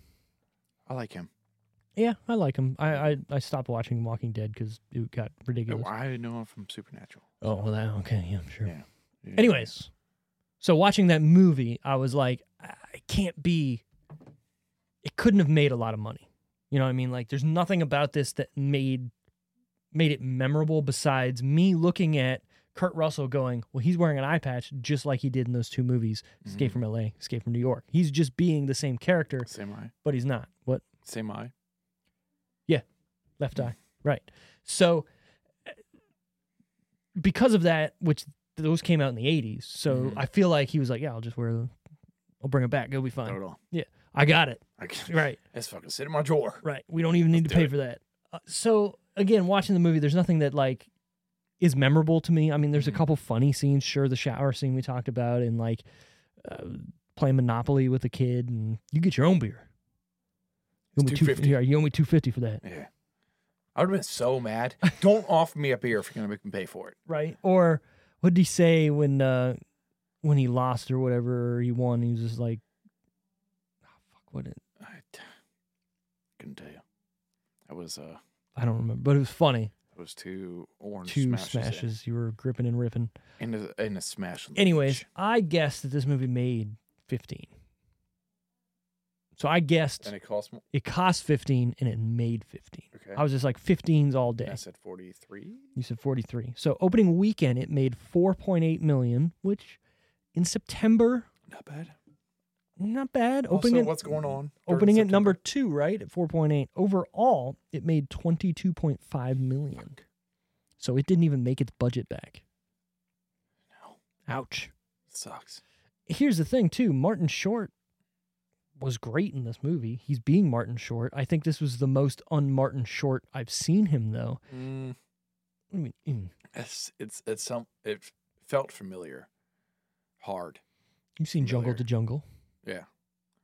C: I like him.
B: Yeah, I like him. I I, I stopped watching Walking Dead because it got ridiculous.
C: Oh, I know him from Supernatural.
B: Oh, well, that, okay, yeah, sure.
C: Yeah. Yeah.
B: Anyways, so watching that movie, I was like, I it can't be. It couldn't have made a lot of money. You know what I mean? Like, there's nothing about this that made made it memorable besides me looking at Kurt Russell going, well, he's wearing an eye patch just like he did in those two movies, Escape from L.A., Escape from New York. He's just being the same character,
C: Same eye.
B: but he's not. What?
C: Same eye.
B: left
C: Mm.
B: eye right so uh, because of that which those came out in the 80s so
C: Mhm.
B: i feel like he was like yeah i'll just wear the i'll bring it back it'll be
C: Not at
B: fine
C: all.
B: i got it
C: I can't.
B: right
C: It's fucking sit in my drawer.
B: right we don't even need to
C: do
B: pay
C: it.
B: for that uh, so again watching the movie there's nothing that like is memorable to me i mean there's a
C: Mhm.
B: couple funny scenes sure the shower scene we talked about and like uh, playing monopoly with a kid and you get your own beer you owe, me
C: It's
B: two,
C: 250.
B: yeah, you owe me 250 for that
C: Yeah. I would have been so mad. Don't offer me a beer if you're gonna make me pay for it.
B: right? Or what did he say when uh when he lost or whatever or he won? He was just like, oh, "Fuck, what?" It,
C: I t- couldn't tell you. That was uh,
B: I don't remember, but it was funny.
C: that was two orange
B: Two
C: smashes,
B: smashes,
C: there.
B: you were gripping and ripping.
C: and a, and a smash. on the
B: Anyways,
C: beach.
B: I guess that this movie made fifteen. So I guessed
C: And it costs more.
B: it cost 15 and it made 15.
C: Okay.
B: I was just like 15s all day.
C: I said 43.
B: You said 43. So opening weekend it made 4.8 million, which in September
C: Not bad.
B: not bad.
C: Also,
B: Opening it-
C: what's going on? during
B: opening at
C: September?
B: number two, right? At 4.8. Overall, it made 22.5 million. So it didn't even make its budget back. No. Ouch.
C: sucks.
B: Here's the thing, too. Martin Short was great in this movie. He's being Martin Short. I think this was the most un Martin Short I've seen him, though.
C: Mm,
B: I mean, mm.
C: it's it's it's some it felt familiar. Hard.
B: you've seen Jungle
C: Familiar.
B: to Jungle.
C: Yeah.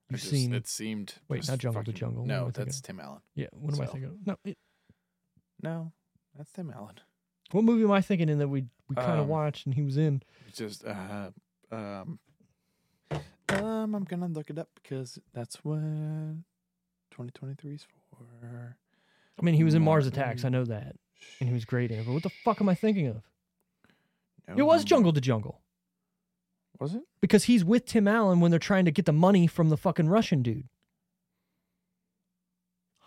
B: You've
C: It just-
B: seen.
C: It seemed.
B: wait,
C: just
B: not Jungle to
C: fucking-
B: Jungle. What am I
C: No,
B: thinking
C: that's Tim Allen.
B: yeah, what am I
C: so-
B: thinking? of? No, it,
C: No, that's Tim Allen.
B: what movie am I thinking in that we, we kind of
C: Um,
B: watched and he was in?
C: It's Just uh, um, um, I'm gonna look it up because that's what 2023 is for.
B: I mean, he was in Mars
C: Martin-
B: Attacks. I know that. and he was great in it. But what the fuck am I thinking of?
C: No,
B: It was
C: no, no.
B: Jungle to Jungle
C: Was it?
B: because he's with Tim Allen when they're trying to get the money from the fucking Russian dude.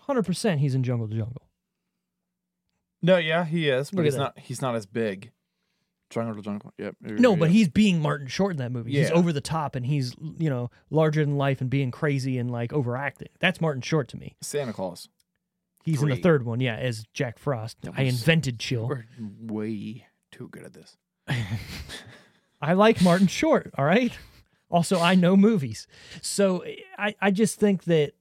B: Hundred percent, he's in Jungle to Jungle.
C: No, yeah, he is,
B: Look
C: but
B: at
C: he's
B: that.
C: not. He's not as big. Jungle to Jungle. Yep.
B: No, but he's being Martin Short in that movie. He's
C: Yeah.
B: over the top and he's you know larger than life and being crazy and like overacting. That's Martin Short to me.
C: Santa Claus.
B: He's in the
C: Three.
B: third one, yeah, as Jack Frost.
C: That
B: I
C: was-
B: invented chill.
C: We're way too good at this.
B: I like Martin Short, all right? Also, I know movies. So I, I just think that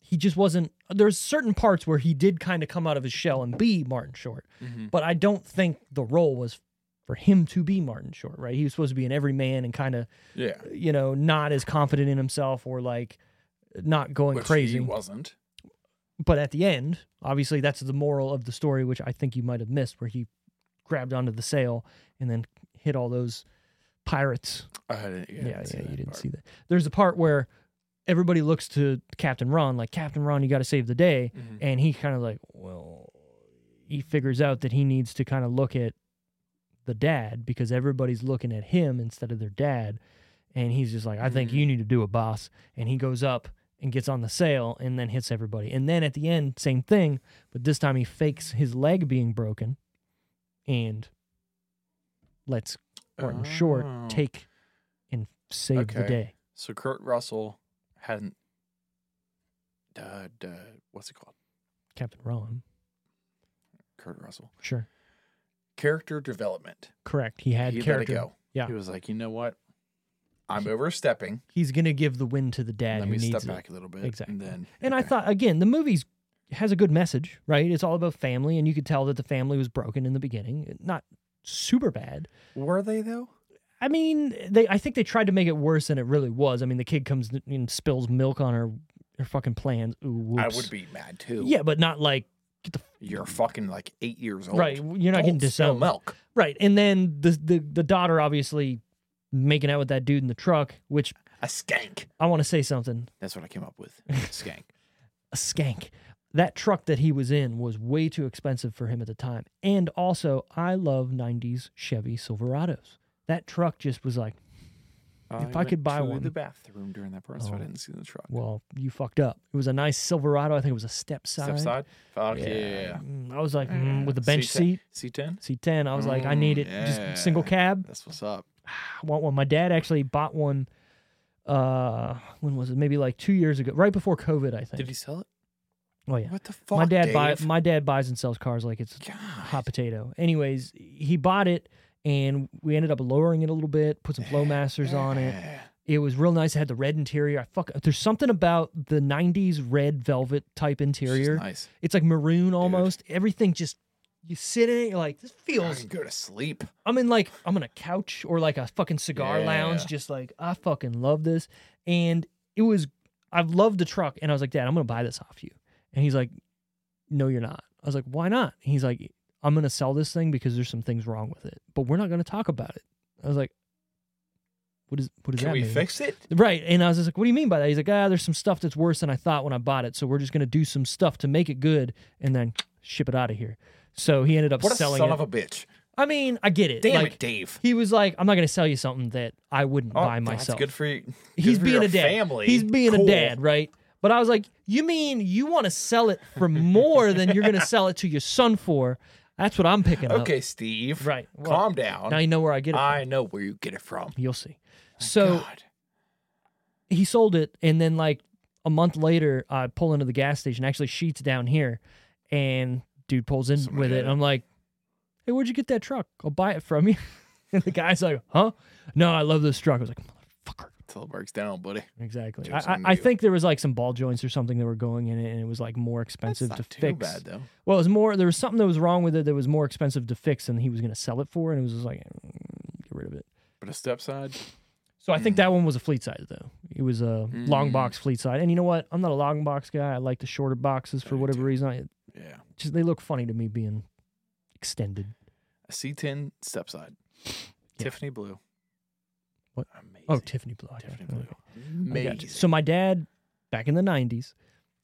B: he just wasn't there's certain parts where he did kind of come out of his shell and be Martin Short, but I don't think the role was for him to be Martin Short, right? He was supposed to be an everyman and kind of,
C: Yeah,
B: you know, not as confident in himself or like not going
C: Which
B: crazy.
C: He wasn't.
B: But at the end, obviously that's the moral of the story, which I think you might have missed, where he grabbed onto the sail and then hit all those pirates
C: I didn't, yeah, I
B: yeah, yeah,
C: didn't see
B: you
C: that
B: didn't
C: part.
B: see that. There's a part where everybody looks to Captain Ron, like Captain Ron, you got to save the day,
C: Mhm.
B: and he kind of like, well, he figures out that he needs to kind of look at the dad because everybody's looking at him instead of their dad, and he's just like, I think
C: Mhm.
B: you need to do it, boss, and he goes up and gets on the sail and then hits everybody, and then at the end, same thing, but this time he fakes his leg being broken, and lets Martin Short
C: Oh.
B: take and save the
C: Okay.
B: day.
C: So Kurt Russell hadn't. Uh, duh, what's it called?
B: Captain Ron.
C: Kurt Russell.
B: Sure.
C: Character development.
B: Correct. He had
C: he
B: character.
C: let it go.
B: Yeah.
C: He was like, you know what? I'm overstepping.
B: He's gonna give the win to the dad
C: Let
B: who
C: me
B: needs
C: step
B: it.
C: back a little bit.
B: Exactly.
C: And then.
B: And I
C: okay.
B: thought again, the movie's has a good message, right? It's all about family, and you could tell that the family was broken in the beginning. Not super bad.
C: Were they though?
B: I mean, they I think they tried to make it worse than it really was. I mean, the kid comes and spills milk on her her fucking plans. Ooh,
C: I
B: whoops.
C: would be mad too.
B: Yeah, but not like get the
C: You're fucking like eight years old.
B: right. You're not
C: Don't
B: getting
C: spill
B: disowned.
C: milk.
B: Right. And then the, the the daughter obviously making out with that dude in the truck, which
C: A skank.
B: I want to say something.
C: That's what I came up with. skank.
B: A skank. That truck that he was in was way too expensive for him at the time. And also, I love 90s Chevy Silverados. That truck just was like, If I
C: went
B: could buy
C: to
B: one-
C: the bathroom during that part, so
B: Oh.
C: I didn't see the truck.
B: well, you fucked up. It was a nice Silverado. I think it was a step side.
C: Step side. Fuck yeah.
B: Mm, I was like, mm, with the
C: Yeah.
B: bench
C: C10.
B: seat,
C: C10.
B: C10. I was like, I
C: Mm,
B: need it.
C: yeah.
B: Just single cab.
C: That's what's up.
B: I want one. My dad actually bought one. Uh, when was it? Maybe like two years ago, right before COVID, I think.
C: Did he sell it?
B: oh yeah,
C: What the fuck?
B: my dad
C: Dave?
B: buy, my dad buys and sells cars like it's
C: God.
B: hot potato. Anyways, he bought it, and we ended up lowering it a little bit, put some Flowmasters on it.
C: Yeah.
B: It was real nice. It had the red interior. I fuck. There's something about the '90s red velvet type
C: It's just
B: interior.
C: Nice.
B: It's like maroon almost. Everything just. You sit in it, you're like, this
C: I
B: feels
C: can go to sleep.
B: I'm in like I'm on a couch or like a fucking cigar lounge,
C: Yeah.
B: just like I fucking love this. And it was I've loved the truck, and I was like, Dad, I'm gonna buy this off you. And he's like, No, you're not. I was like, Why not? And he's like, I'm gonna sell this thing because there's some things wrong with it, but we're not gonna talk about it. I was like, What is what does
C: Can
B: that
C: we
B: mean?
C: fix it?
B: Right. And I was just like, what do you mean by that? He's like, ah, there's some stuff that's worse than I thought when I bought it. So we're just going to do some stuff to make it good and then ship it out of here. So he ended up
C: What a
B: selling
C: son
B: it.
C: of a bitch.
B: I mean, I get it.
C: Damn
B: like,
C: it, Dave.
B: he was like, I'm not going to sell you something that I wouldn't
C: Oh,
B: buy myself.
C: That's good for you. good
B: He's
C: for
B: being
C: your
B: a dad.
C: Family.
B: He's being
C: Cool.
B: a dad, right? But I was like, you mean you want to sell it for more than you're going to sell it to your son for? That's what I'm picking up.
C: Okay, Steve.
B: Right. Well,
C: calm down.
B: Now you know where I get it.
C: I know where you get it from.
B: You'll see. So
C: God.
B: he sold it and then like a month later i pull into the gas station actually sheets down here and dude pulls in
C: Someone
B: with
C: got
B: it
C: it.
B: and i'm like hey where'd you get that truck i'll buy it from you and the guy's like huh no i love this truck i was like motherfucker
C: Till it breaks down, buddy.
B: exactly
C: Jokes
B: I, I,
C: on
B: I
C: you.
B: think there was like some ball joints or something that were going in it and it was like more expensive
C: That's
B: to
C: not too
B: fix
C: bad though.
B: well it was more there was something that was wrong with it that was more expensive to fix than he was going to sell it for and it was just like "Mm, get rid of it
C: But a step side,
B: so I think that one was a fleet size though. It was a long
C: Mm.
B: box fleet side. And you know what? I'm not a long box guy. I like the shorter boxes for
C: Me
B: whatever
C: too.
B: reason. I,
C: yeah.
B: just they look funny to me being extended.
C: A C10 step side. Tiffany blue.
B: What?
C: Amazing.
B: Oh, Tiffany blue. okay.
C: Tiffany
B: Okay.
C: blue.
B: I got you.
C: Amazing.
B: So my dad back in the 90s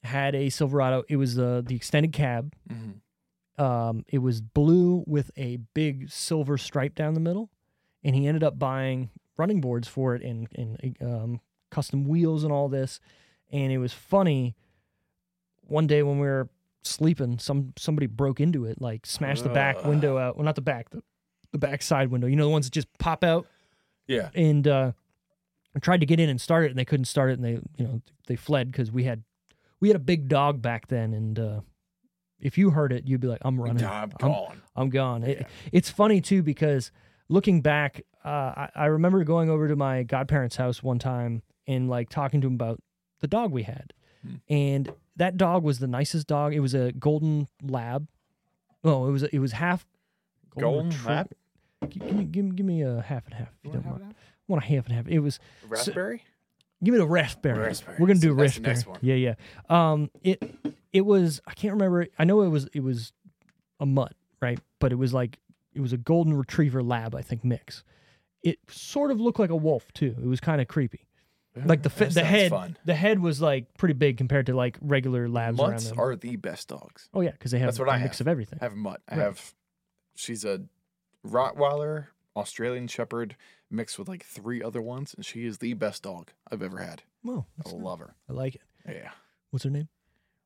B: had a Silverado. It was uh, the the extended cab.
C: Mhm.
B: Um, it was blue with a big silver stripe down the middle, and he ended up buying running boards for it and and um, custom wheels and all this. And it was funny. One day when we were sleeping, some somebody broke into it, like smashed the back
C: Ugh.
B: window out. Well, not the back, the, the back side window. You know the ones that just pop out
C: Yeah.
B: and uh, I tried to get in and start it, and they couldn't start it, and they you know they fled because we had we had a big dog back then, and uh, if you heard it, you'd be like, "I'm running,
C: I'm
B: I'm,
C: gone.
B: I'm gone." It,
C: Yeah.
B: it's funny too because looking back, uh, I, I remember going over to my godparents' house one time and like talking to him about the dog we had,
C: Hmm.
B: and that dog was the nicest dog. It was a golden lab. Oh, it was it was half
C: Golden
B: retrie-
C: lab?
B: Gi- Give me, give me give me a half and half. If you don't mind. I want a half and half. It was
C: Raspberry?
B: Give me the raspberry.
C: Raspberry.
B: We're gonna do
C: That's the
B: raspberry.
C: next one.
B: Yeah, yeah. Um, it it was I can't remember. I know it was it was a mutt, right? But it was like it was a golden retriever lab, I think mix. It sort of looked like a wolf too. It was kind of creepy. Like the
C: That
B: fi- the
C: sounds
B: head
C: Fun.
B: the head was like pretty big compared to like regular labs
C: Mutts
B: around them.
C: are the best dogs.
B: oh yeah, because they have
C: That's what
B: a
C: I
B: mix
C: have.
B: of everything.
C: I have a mutt. I
B: Right.
C: have. She's a Rottweiler, Australian Shepherd, mixed with like three other ones, and she is the best dog I've ever had.
B: Whoa,
C: I
B: that's nice.
C: love her.
B: I like it.
C: Yeah.
B: What's her name?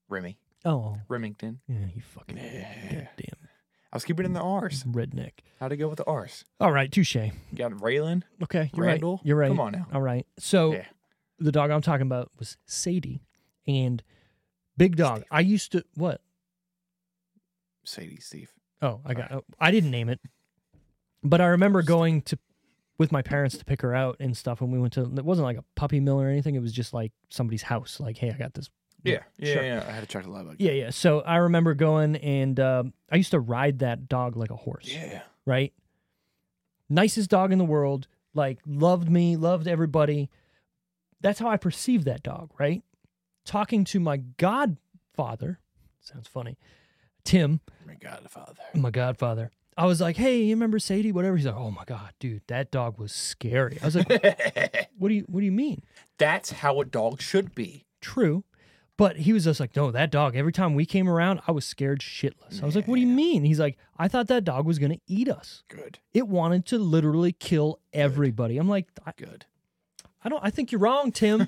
C: Remy.
B: Oh,
C: Remington.
B: yeah, you fucking
C: Yeah.
B: goddamn
C: I was keeping in the R's.
B: redneck.
C: How'd it go with the R's?
B: All right, touche.
C: Got Raylan,
B: Okay, you're
C: Randall.
B: right. You're right.
C: Come on now.
B: All right. So
C: Yeah.
B: the dog I'm talking about was Sadie and Big Dog. I used to what?
C: Sadie, Steve.
B: Oh, I got. I didn't name it, but I remember going to with my parents to pick her out and stuff. When we went to, it wasn't like a puppy mill or anything. It was just like somebody's house. Like, hey, I got this.
C: Yeah. Yeah.
B: sure.
C: yeah. I had to check the lab.
B: Yeah, yeah. So I remember going and um, I used to ride that dog like a horse.
C: Yeah.
B: right? Nicest dog in the world, like loved me, loved everybody. That's how I perceived that dog, right? Talking to my godfather, sounds funny, Tim,
C: My Godfather.
B: my godfather. I was like, "Hey, you remember Sadie? Whatever." He's like, "Oh my god, dude, that dog was scary." I was like, "What do you What do you mean?"
C: That's how a dog should be.
B: True, but he was just like, "No, that dog. Every time we came around, I was scared shitless." I was like, "What do you mean?" He's like, "I thought that dog was gonna eat us."
C: Good.
B: It wanted to literally kill everybody. I'm like, I,
C: Good.
B: I don't. I think you're wrong, Tim.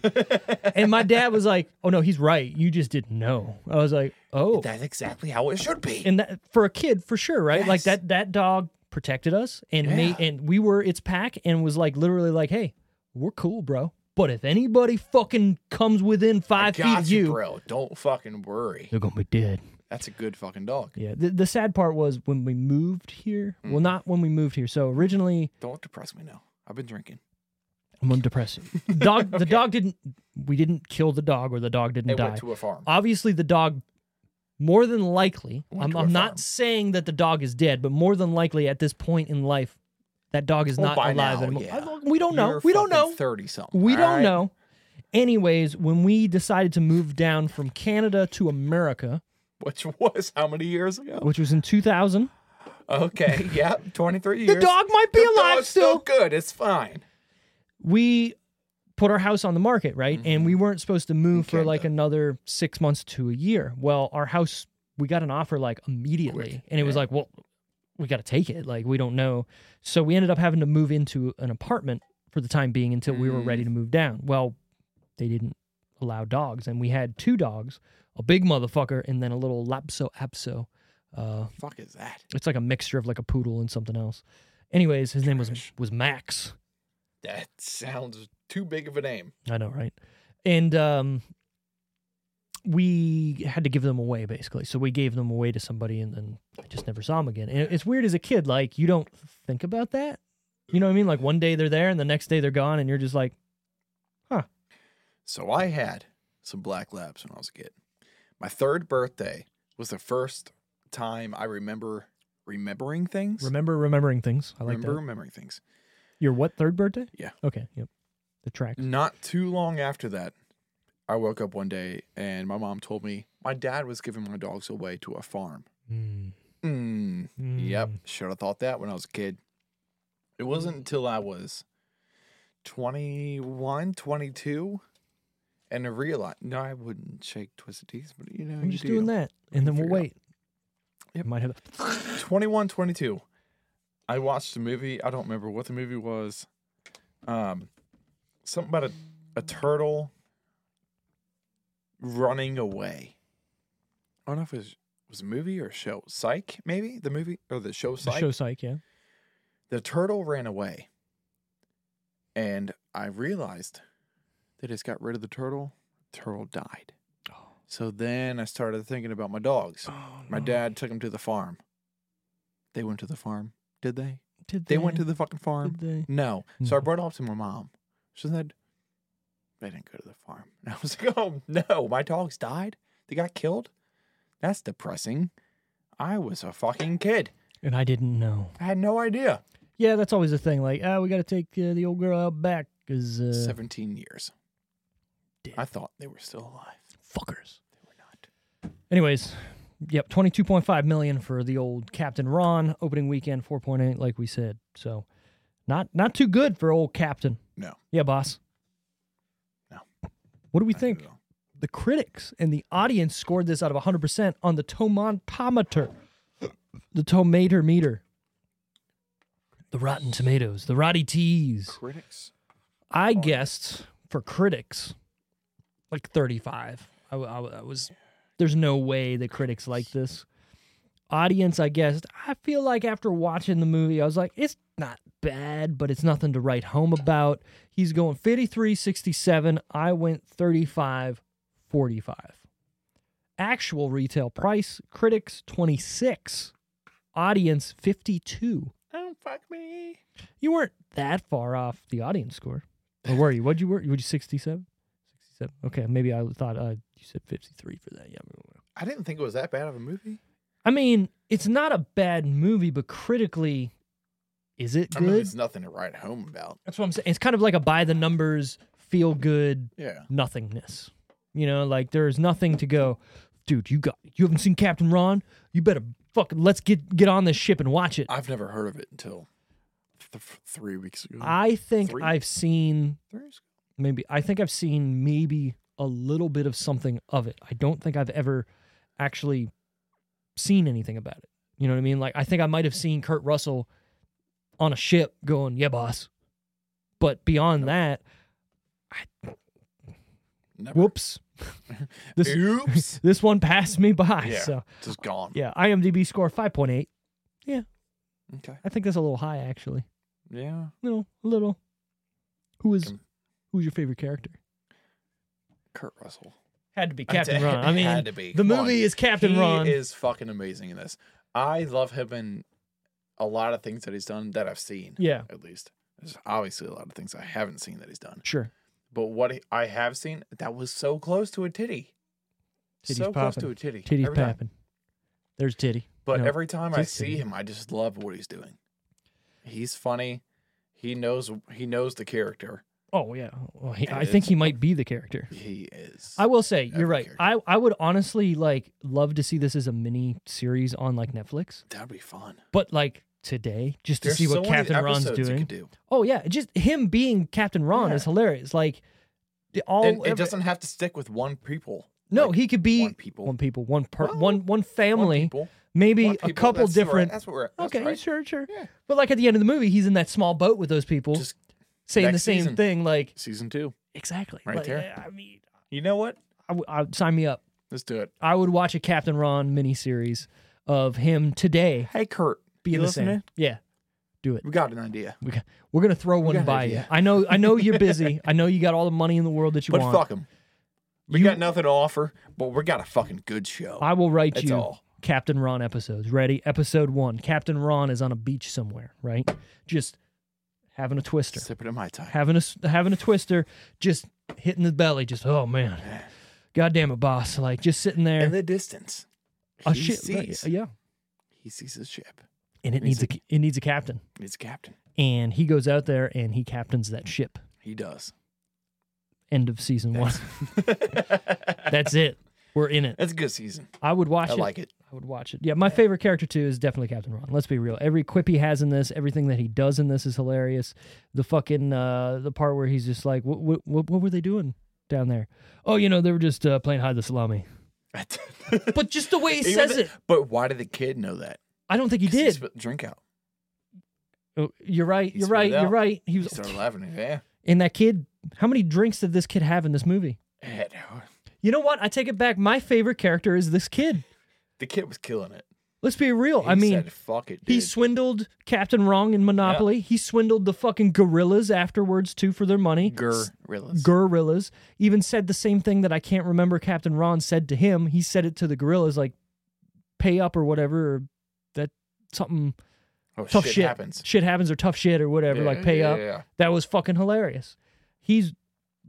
B: and my dad was like, "Oh no, he's right. You just didn't know." I was like, "Oh,"
C: That's exactly how it should be.
B: and that for a kid, for sure, right? Like
C: Yes.
B: that. That dog protected us, and made,
C: Yeah.
B: and we were its pack, and was like literally like, "Hey, we're cool, bro. But if anybody fucking comes within
C: I
B: five feet
C: got
B: of
C: you,
B: you,
C: bro. Don't fucking worry.
B: they're gonna be dead."
C: That's a good fucking dog.
B: Yeah. The, the sad part was when we moved here.
C: Mm.
B: Well, not when we moved here. So originally,
C: Don't depress me now. I've been drinking.
B: I'm depressing. Dog. The dog didn't. We didn't kill the dog, or the dog didn't
C: It
B: die.
C: went to a farm.
B: obviously the dog more than likely
C: Went
B: i'm,
C: to a
B: I'm
C: farm.
B: not saying that the dog is dead but more than likely at this point in life that dog is
C: Well,
B: not
C: by
B: alive
C: now,
B: anymore
C: yeah.
B: I don't- we don't know
C: You're
B: we don't
C: fucking
B: know
C: 30 something.
B: we
C: all
B: don't
C: right?
B: know anyways when we decided to move down from canada to america
C: Which was how many years ago?
B: which was in 2000
C: Okay. Yeah. 23 years.
B: the dog might be
C: The
B: alive
C: dog's
B: still
C: good. It's fine.
B: we put our house on the market, right?
C: Mm-hmm.
B: And we weren't supposed to move for like
C: Canada.
B: another six months to a year. Well, our house, we got an offer like immediately,
C: Quick,
B: and it was
C: yeah.
B: like, well, we got to take it. Like, we don't know. So we ended up having to
C: Mm.
B: move into an apartment for the time being until we were ready to move down. Well, they didn't allow dogs, and we had two dogs, a big motherfucker, and then a little Lapso Apso. Uh,
C: Fuck is that?
B: it's like a mixture of like a poodle and something else. Anyways, his name was
C: Trash.
B: was Max.
C: That sounds too big of a name.
B: I know, right? And um, we had to give them away basically. So we gave them away to somebody, and then I just never saw them again. And it's weird as a kid, like you don't think about that. You know what I mean? Like one day they're there, and the next day they're gone, and you're just like,
C: So I had some black labs when I was a kid. My third birthday was the first time I remember remembering things.
B: remember remembering things. I like
C: remember
B: that.
C: remembering things.
B: Your what third birthday?
C: Yeah.
B: Okay. Yep. The tracks.
C: Not too long after that, I woke up one day and my mom told me my dad was giving my dogs away to a farm.
B: Mm.
C: Mm. Yep.
B: Mm.
C: Should have thought that when I was a kid. It wasn't until I was 21, 22, and I realized, no, I wouldn't shake Twisted Teas, but you know,
B: I'm
C: you
B: just
C: do.
B: doing that, and then we'll
C: figure
B: wait.
C: it out. Yep.
B: Might have.
C: 21, 22. I watched a movie. I don't remember what the movie was. Um, something about a, a turtle running away. I don't know if it was, was a movie or a show. Psych, maybe? The movie or the show
B: The
C: Psych?
B: show psych. Yeah.
C: the turtle ran away and i realized they just got rid of the turtle turtle died
B: Oh.
C: so then i started thinking about my dogs my dad took them to the farm they went to the farm did they
B: Did
C: they went to the fucking farm
B: Did they?
C: no so i
B: Mhm.
C: brought it up to my mom she said they didn't go to the farm and i was like oh no my dogs died they got killed that's depressing i was a fucking kid
B: And I didn't know.
C: i had no idea
B: Yeah, that's always the thing. Like, ah, we got to take uh, the old girl out back because uh,
C: 17 years.
B: Damn.
C: I thought they were still alive.
B: fuckers.
C: They were not.
B: Anyways, yep, twenty two point five million for the old Captain Ron opening weekend, four point eight, like we said. So, not not too good for old Captain.
C: No.
B: Yeah, boss.
C: No.
B: What do we
C: Not
B: think?
C: at all.
B: The critics and the audience scored this out of 100% on the tomatometer, the tomater meter, the rotten tomatoes, the rotty teas.
C: Critics?
B: I guessed for critics, like 35. I, w- I w- I was, there's no way the critics like this. Audience, I guessed. I feel like after watching the movie, I was like, it's not bad, but it's nothing to write home about. He's going 53 67. I went 35 45. Actual retail price, critics 26, audience 52.
C: Don't Oh, fuck me.
B: You weren't that far off the audience score. Or were you? What'd you were? Would you 67? 67. Okay, maybe I thought uh, you said 53 for that. Yeah.
C: I didn't think it was that bad of a movie.
B: I mean, it's not a bad movie, but critically, is it
C: I mean,
B: good?
C: there's nothing to write home about.
B: That's what I'm saying. It's kind of like a by the numbers, feel good
C: Yeah.
B: nothingness. You know, like there is nothing to go, dude, you got you haven't seen Captain Ron? You better fucking let's get get on this ship and watch it.
C: I've never heard of it until th- three weeks ago.
B: I think
C: Three?
B: i I've seen
C: Three weeks ago?
B: maybe I think I've seen maybe a little bit of something of it. I don't think I've ever actually seen anything about it. You know what I mean? Like I think I might have seen Kurt Russell on a ship going, "Yeah, boss." But beyond that,
C: Never.
B: whoops. this
C: Oops.
B: this one passed me by.
C: Yeah.
B: So,
C: Just gone.
B: yeah, IMDb score 5.8.
C: Okay.
B: I think that's a little high actually.
C: Yeah.
B: You know, a little. Who is
C: Com-
B: who's your favorite character?
C: Kurt Russell.
B: Had to be
C: I
B: Captain
C: did-
B: Ron. I mean,
C: had to be.
B: the
C: Come
B: movie
C: on.
B: is Captain
C: he
B: Ron.
C: is fucking amazing in this. I love him in a lot of things that he's done that I've seen.
B: yeah,
C: at least. There's obviously a lot of things I haven't seen that he's done.
B: sure.
C: But what he- I have seen, that was so close to a titty.
B: Titty's
C: so close
B: popping.
C: to a titty.
B: Titty's
C: every time.
B: papping. There's titty.
C: But
B: No,
C: every time I
B: just
C: see
B: titty.
C: him, I just love what he's doing. He's funny. He knows he knows the character.
B: Oh yeah, well, he,
C: And
B: I think
C: it's-
B: he might be the character.
C: He is.
B: I will say
C: Every
B: you're right.
C: character.
B: I, I would honestly like love to see this as a mini series on like Netflix,
C: That'd be fun.
B: but like today just to
C: There's
B: see
C: so
B: what
C: many
B: Captain Ron's
C: episodes you
B: doing.
C: could do.
B: Oh yeah, just him being Captain Ron
C: Yeah.
B: is hilarious. Like the- all
C: and it
B: every-
C: doesn't have to stick with one people.
B: No,
C: like,
B: he could be
C: one people.
B: one people, one per,
C: Well,
B: one one
C: One
B: family,
C: people.
B: maybe
C: One
B: a
C: people,
B: couple
C: that's the right-
B: different.
C: That's what we're. That's
B: okay,
C: right.
B: sure, sure.
C: Yeah.
B: But like at the end of the movie, he's in that small boat with those people,
C: Just
B: saying the
C: next
B: same
C: season.
B: thing. Like
C: season two.
B: Exactly.
C: Right
B: Like,
C: there.
B: I mean,
C: You know what?
B: I w I sign me up.
C: Let's do it.
B: I would watch a Captain Ron miniseries of him today
C: Hey, Kurt.
B: being
C: You
B: the same.
C: listening?
B: Yeah, do it.
C: We got an idea.
B: We got, we're gonna throw one
C: got an
B: by you.
C: idea.
B: I know. I know you're busy. I know you got all the money in the world that you
C: But
B: want.
C: fuck them. We got nothing to offer, but we got a fucking good show.
B: I will write
C: That's
B: you
C: all.
B: Captain Ron episodes. Ready? Episode one. Captain Ron is on a beach somewhere, right? Just having a twister,
C: Sip it in my time.
B: having a s- having a twister, just hitting the belly. Just oh man, god damn it, boss! Like just sitting there.
C: In the distance,
B: a
C: he
B: ship, right,
C: sees
B: yeah.
C: he sees his ship.
B: And it needs a it needs a captain,
C: It's captain.
B: and he goes out there and he captains that ship.
C: He does.
B: End of season one.
C: That's
B: That's it. We're in it.
C: a good season.
B: I would watch
C: I
B: it.
C: like it.
B: I would watch it. Yeah, my favorite character too is definitely Captain Ron. Let's be real. Every quip he has in this, everything that he does in this is hilarious. The fucking uh, the part where he's just like, "What what what, what were they doing down there?" Oh, you know, they were just uh, playing hide the salami. But just the way he
C: Even
B: says
C: the-
B: it,
C: But why did the kid know that?
B: I don't think he
C: 'Cause He
B: did.
C: spilled the drink out.
B: Oh, you're right.
C: he
B: You're
C: spit it
B: right. You're
C: out.
B: right. He
C: He
B: was.
C: started laughing. Yeah.
B: And that kid, how many drinks did this kid have in this movie?
C: And, uh,
B: You know what? I take it back. My favorite character is this kid.
C: The kid was killing it.
B: Let's be real. I
C: He
B: mean,
C: said, fuck it. Dude.
B: He swindled Captain Wrong in Monopoly. He swindled the fucking gorillas afterwards too for their money. S-
C: gorillas.
B: Gorillas even said the same thing that I can't remember Captain Ron said to him. He said it to the gorillas like pay up or whatever or that something
C: oh,
B: tough
C: shit,
B: shit,
C: happens.
B: Shit happens or tough shit or whatever
C: Yeah,
B: like pay
C: yeah,
B: up.
C: yeah.
B: That was fucking hilarious. He's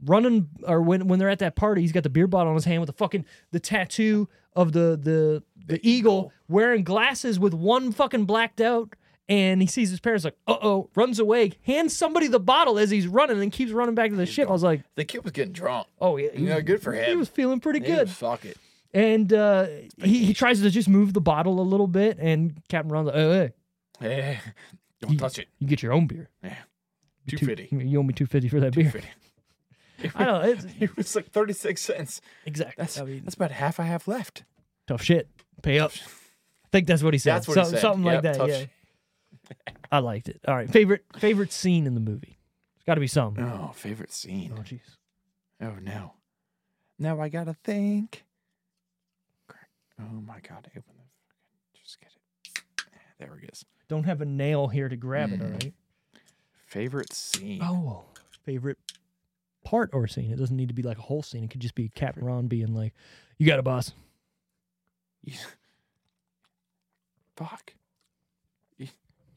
B: running or when when they're at that party, he's got the beer bottle on his hand with the fucking the tattoo of the the the, eagle,
C: eagle.
B: wearing glasses with one fucking blacked out and he sees his parents like, uh oh, runs away, hands somebody the bottle as he's running and keeps running back to the ship. I was like,
C: The kid was getting drunk.
B: oh yeah,
C: You know, good for
B: he
C: him.
B: was feeling pretty
C: He
B: good.
C: was, fuck it.
B: And uh, he, he tries to just move the bottle a little bit and Captain Ron's like, oh, hey,
C: Eh, don't touch it.
B: you get your own beer.
C: Two
B: Two-
C: fifty.
B: You owe me two fifty for that beer. I don't know. It's,
C: It was like thirty six cents.
B: exactly.
C: That's
B: I mean-
C: that's about half I have left.
B: tough shit. Pay up. I think that's what he said.
C: That's what
B: So-
C: he said.
B: Something like
C: Yep,
B: that.
C: tough
B: Yeah.
C: shit.
B: I liked it. All right. Favorite favorite scene in the movie. It's got to be something.
C: Oh, favorite
B: Oh
C: scene.
B: jeez.
C: Oh no. Now I gotta think. Crack. Oh my god! Open the. Just get it. Ah, There it is.
B: Don't have a nail here to grab it. All right.
C: Favorite scene.
B: Oh. Favorite part or scene. It doesn't need to be like a whole scene. It could just be Captain Ron being like, "You got a boss."
C: You- Fuck. You,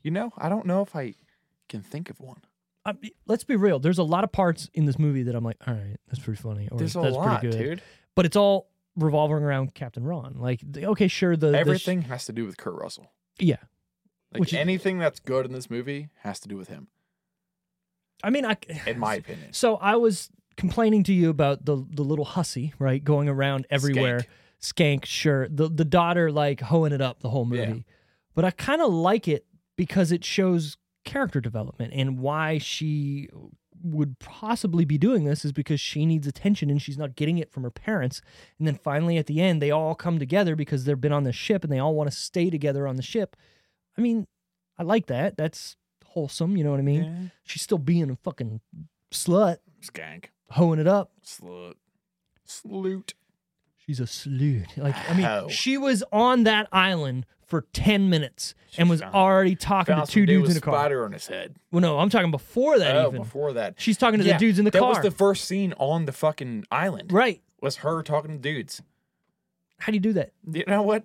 C: you know, I don't know if I can think of one.
B: I, let's be real. There's a lot of parts in this movie that I'm like, "All right, that's pretty funny." Or
C: There's a
B: that's
C: lot,
B: pretty good.
C: dude.
B: But it's all revolving around Captain Ron. Like, the- okay, sure, the the sh-
C: Everything has to do with Kurt Russell.
B: yeah. Uh,
C: Like
B: Which is-
C: anything that's good in this movie has to do with him,
B: I mean, I
C: in my opinion.
B: So I was complaining to you about the the little hussy, right, going around everywhere, skank, sure, the the daughter like hoeing it up the whole movie.
C: Yeah.
B: But I kind of like it because it shows character development and why she would possibly be doing this is because she needs attention and she's not getting it from her parents. And then finally at the end they all come together because they've been on the ship and they all want to stay together on the ship. I mean, I like that. That's wholesome, you know what I mean?
C: Yeah.
B: She's still being a fucking slut
C: Skank,
B: hoeing it up.
C: slut, salute.
B: She's a slut. Like I mean,
C: Hoe.
B: she was on that island for ten minutes and was
C: found-
B: already talking to
C: Found some
B: two
C: dude
B: dudes
C: with
B: in a car.
C: spider on his head.
B: Well, no, I'm talking before that.
C: oh,
B: even
C: before that,
B: she's talking to
C: Yeah,
B: the dudes in the
C: that
B: car.
C: was the first scene on the fucking island.
B: right?
C: Was her talking to dudes.
B: How do you do that?
C: You know what?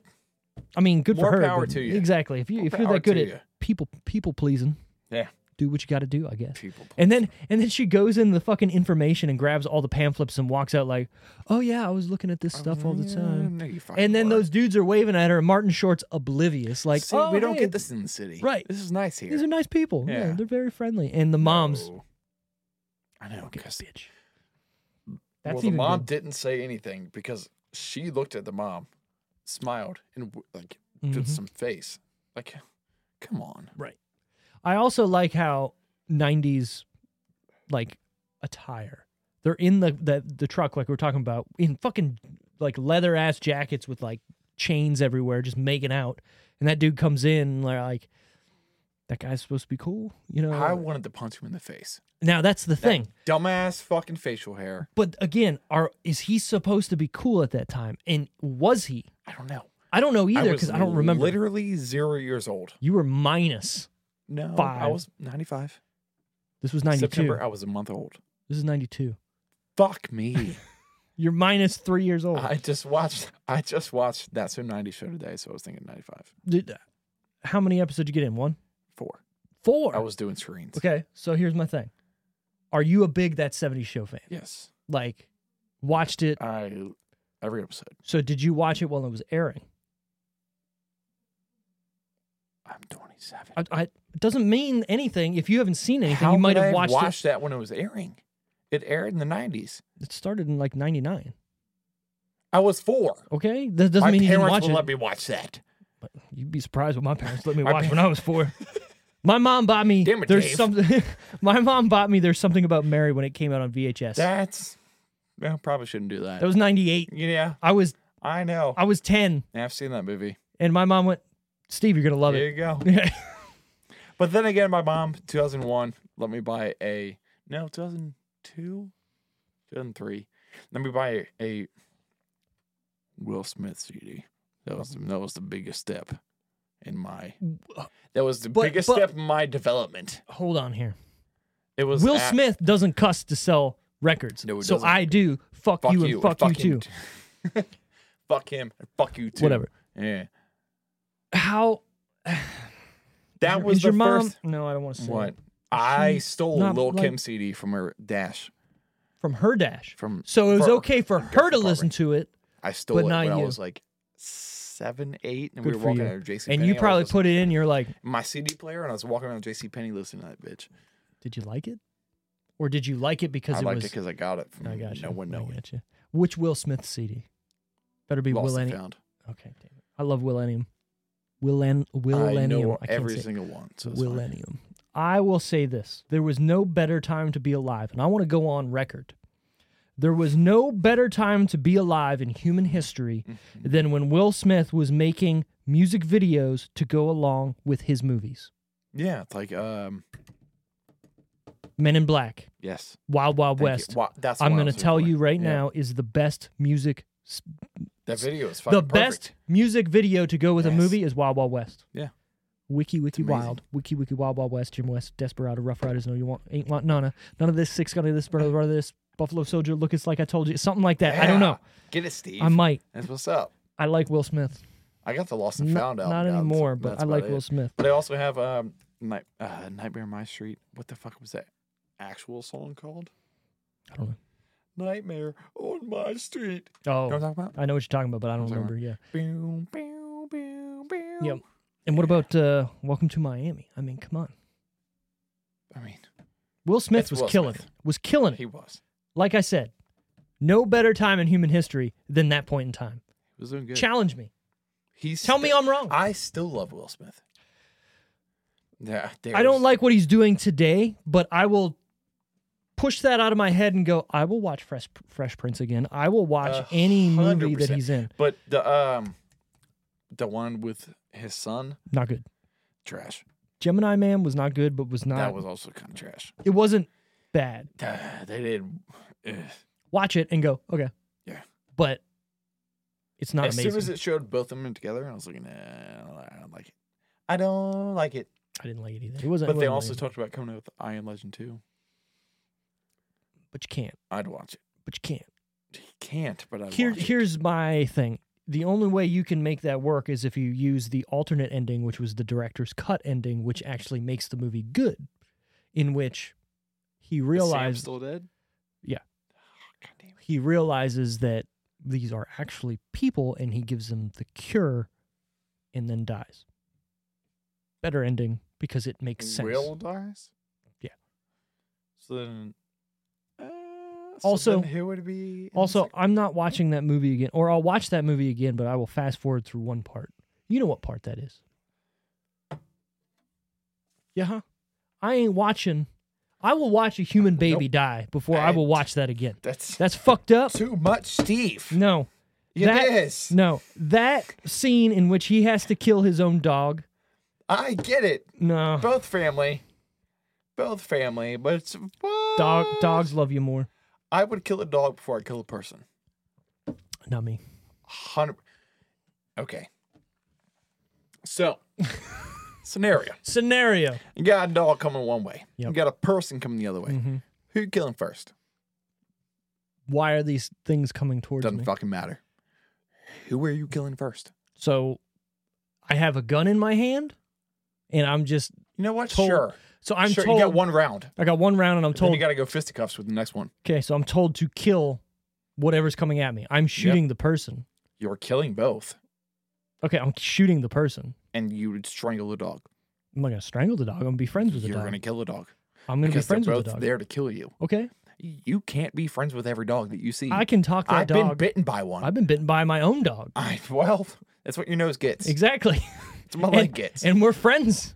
B: I mean, good
C: More
B: for her.
C: power
B: but-
C: to you.
B: Exactly. If you
C: More
B: if you're
C: power
B: that good
C: to
B: at
C: you.
B: people people pleasing,
C: Yeah,
B: do what you got to do, I guess.
C: people.
B: And then and then she goes in the fucking information and grabs all the pamphlets and walks out like, oh yeah, I was looking at this stuff all the
C: Yeah,
B: time.
C: no, you fucking
B: And then
C: were.
B: those dudes are waving at her, and Martin Short's oblivious, like,
C: See,
B: oh,
C: we don't
B: hey,
C: get this in the city.
B: Right.
C: This is nice here.
B: These are nice people. Yeah.
C: Yeah.
B: they're very friendly. And the moms,
C: No. I know.
B: Fucking
C: 'cause-
B: bitch. That's
C: well, the
B: even
C: mom
B: good.
C: didn't say anything because she looked at the mom, smiled, and w- like did
B: Mhm.
C: some face. Like, come on.
B: I also like how '90s like attire. They're in the the, the truck, like we are talking about, in fucking like leather ass jackets with like chains everywhere, just making out. And that dude comes in like, that guy's supposed to be cool, you know.
C: I wanted to punch him in the face.
B: now that's the
C: That
B: thing.
C: dumbass fucking facial hair.
B: But again, are is he supposed to be cool at that time? And was he?
C: I don't know.
B: I don't know either
C: was
B: because I, don't remember.
C: Literally zero years old.
B: you were minus.
C: No, I
B: Five.
C: was 95.
B: This was ninety two.
C: September, I was a month old.
B: This is ninety two.
C: Fuck me.
B: You're minus three years old.
C: I just watched. I just watched that so 90 show today, so I was thinking 95.
B: Did- how many episodes did you get in? One,
C: Four.
B: four.
C: I was doing screens.
B: okay. So here's my thing. Are you a big that '70s show fan?
C: Yes,
B: Like, watched it.
C: I every episode.
B: So did you watch it while it was airing?
C: I'm 27.
B: I, I, it doesn't mean anything if you haven't seen anything.
C: How
B: you might
C: could I
B: have watched,
C: watched that when it was airing. It aired in the 90s.
B: it. It started in like '99.
C: I was four.
B: Okay, that doesn't
C: My
B: mean you didn't
C: parents
B: watch
C: would
B: it.
C: let me watch that.
B: But you'd be surprised what my parents let me
C: My
B: watch when I was four. My mom bought me.
C: Damn it,
B: there's
C: Dave.
B: something. my mom bought me. There's something about Mary when it came out on VHS. That,
C: That's. Yeah, I probably shouldn't do that.
B: was '98.
C: yeah,
B: I was
C: I know.
B: I was ten,
C: Yeah, I've seen that movie.
B: and my mom went, "Steve, you're gonna love
C: There
B: it."
C: you go.
B: Yeah.
C: But then again, my mom, 2001, let me buy a no, 2002, 2003. Let me buy a, a Will Smith CD. That was that was the biggest step in my. That was the
B: But-
C: biggest
B: but-
C: step in my development.
B: Hold on here.
C: It was
B: Will
C: at-
B: Smith doesn't cuss to sell records,
C: No, he
B: so
C: doesn't.
B: I do. Fuck,
C: Fuck
B: you
C: you,
B: and
C: and
B: fuck, you
C: him
B: too.
C: too. fuck him and fuck you too.
B: Whatever.
C: Yeah.
B: How
C: That was
B: is
C: the
B: your mom?
C: first
B: No, I don't want to say
C: one.
B: it.
C: I
B: She's
C: stole a
B: not
C: Lil
B: like-
C: Kim CD from her dash.
B: from her dash.
C: From
B: So it was
C: for-
B: okay for her to listen to it,
C: I stole
B: But
C: it
B: not
C: when I
B: you.
C: was like seven, eight, and
B: Good
C: we
B: for
C: were walking
B: you.
C: out of JC.
B: and you probably put it in. You're like,
C: my CD player, and I was walking around JC Penny listening to that bitch.
B: did you like it, or did you like it because
C: I
B: it
C: liked
B: was?
C: it because I got it from
B: I got you.
C: no one
B: I
C: knowing.
B: got you. Which Will Smith CD? Better be
C: Lost
B: Will
C: and
B: Any.
C: found.
B: Okay, damn it. I love Willennium. Willen
C: I
B: Willennium.
C: know
B: I, can't
C: every
B: say it.
C: single one. So it's fine.
B: Millennium. I will say this there was no better time to be alive, and I want to go on record. There was no better time to be alive in human history
C: Mm-hmm.
B: than when Will Smith was making music videos to go along with his movies
C: Yeah, it's like um,
B: Men in Black,
C: yes,
B: Wild Wild
C: Thank you.
B: West.
C: Wa- that's
B: I'm
C: what I
B: going to
C: was
B: tell you
C: looking for.
B: right
C: Yeah.
B: now is the best music. s-
C: That video is fucking
B: The best music video to go with a
C: Yes.
B: movie is Wild Wild West.
C: Yeah.
B: Wiki Wiki
C: amazing.
B: Wild, Wiki Wiki Wild Wild West, Jim West, Desperado, Rough Riders, No You Want, Ain't Want Nana, None of This, Six Gun of This, Brother Brother of This, Buffalo Soldier, Look It's Like I Told You, something like that. I don't know.
C: Yeah. Get it, Steve.
B: I might.
C: That's what's up.
B: I like Will Smith.
C: I got the Lost and
B: Not-
C: Found out.
B: not anymore, but I like Will Smith.
C: But I also have um, Night, uh, Nightmare on My Street. What the fuck was that actual song called?
B: I don't
C: Nightmare on My Street.
B: know.
C: You know what
B: Oh,
C: I'm talking about?
B: I know what you're talking about, but I don't
C: Sorry,
B: remember. Yeah.
C: Boom, boom, boom, boom.
B: Yep. And what about uh, Welcome to Miami? I mean, come on.
C: I mean,
B: Will Smith
C: It's
B: was
C: Will
B: killing
C: Smith.
B: it. Was killing
C: he
B: it.
C: was.
B: Like I said, no better time in human history than that point in time.
C: He was doing good.
B: Challenge me.
C: He's
B: Tell me
C: sti-
B: I'm wrong.
C: I still love Will Smith. Yeah,
B: I don't like what he's doing today, but I will push that out of my head and go. I will watch Fresh Fresh Prince again. I will watch
C: A
B: any
C: hundred
B: movie that
C: percent.
B: he's in.
C: But the um, the one with his son,
B: Not good.
C: trash.
B: Gemini Man was not good, but was not.
C: That was also kind of trash.
B: it wasn't bad.
C: Uh, they did. uh, ugh.
B: Watch it and go. Okay.
C: Yeah.
B: But it's not
C: as
B: amazing.
C: soon as it showed both of them together, I was like, nah, I don't like it. I don't like it.
B: I didn't like it either. It wasn't. it
C: But they
B: wasn't
C: also
B: amazing.
C: talked about coming out with I Am Legend 2.
B: but you can't.
C: I'd watch it.
B: But you can't.
C: He can't, but I'd
B: Here,
C: watch it.
B: here's my thing. The only way you can make that work is if you use the alternate ending, which was the director's cut ending, which actually makes the movie good, in which he
C: Is Sam
B: realized
C: still dead?
B: Yeah.
C: Oh, God damn it.
B: he realizes that these are actually people, and he gives them the cure, and then dies. Better ending because it makes sense.
C: Will dies?
B: Yeah.
C: So then. Uh, so
B: Also-
C: then who would be. in the
B: Also,
C: second-
B: I'm not watching that movie again, or I'll watch that movie again, but I will fast forward through one part. You know what part that is? Yeah, huh? I ain't watching. I will watch a human baby die before I will watch that again.
C: that's,
B: That's fucked up.
C: too much, Steve.
B: No,
C: It
B: that-
C: is.
B: no. That scene in which he has to kill his own dog
C: I get it.
B: No.
C: Both family. Both family, but it's
B: Dog
C: what?
B: dogs love you more.
C: I would kill a dog before I kill a person.
B: Not me.
C: Hundred. Okay. So, scenario:
B: Scenario.
C: you got a dog coming one way. You
B: Yep.
C: got a person coming the other way.
B: hmm
C: Who you killing first?
B: Why are these things coming towards
C: Doesn't
B: me?
C: fucking matter. Who are you killing first?
B: So I have a gun in my hand and I'm just
C: You know what?
B: Told-
C: sure.
B: so I'm
C: sure.
B: told
C: you got one round.
B: I got one round and I'm
C: Then
B: told
C: you got to go fisticuffs with the next one.
B: okay, so I'm told to kill whatever's coming at me. I'm shooting the person.
C: You're killing both,
B: Okay, I'm shooting the person.
C: and you would strangle the dog.
B: I'm not gonna strangle the dog. I'm gonna be friends with the
C: You're
B: dog.
C: gonna kill the dog
B: I'm gonna be
C: because they're
B: friends with
C: both
B: the dog.
C: there to kill you.
B: Okay,
C: You can't be friends with every dog that you see.
B: I can talk that
C: I've been
B: dog.
C: bitten by one.
B: I've been bitten by my own dog.
C: I well, that's what your nose gets. Exactly.
B: Exactly.
C: It's what my
B: and,
C: leg gets.
B: and we're friends.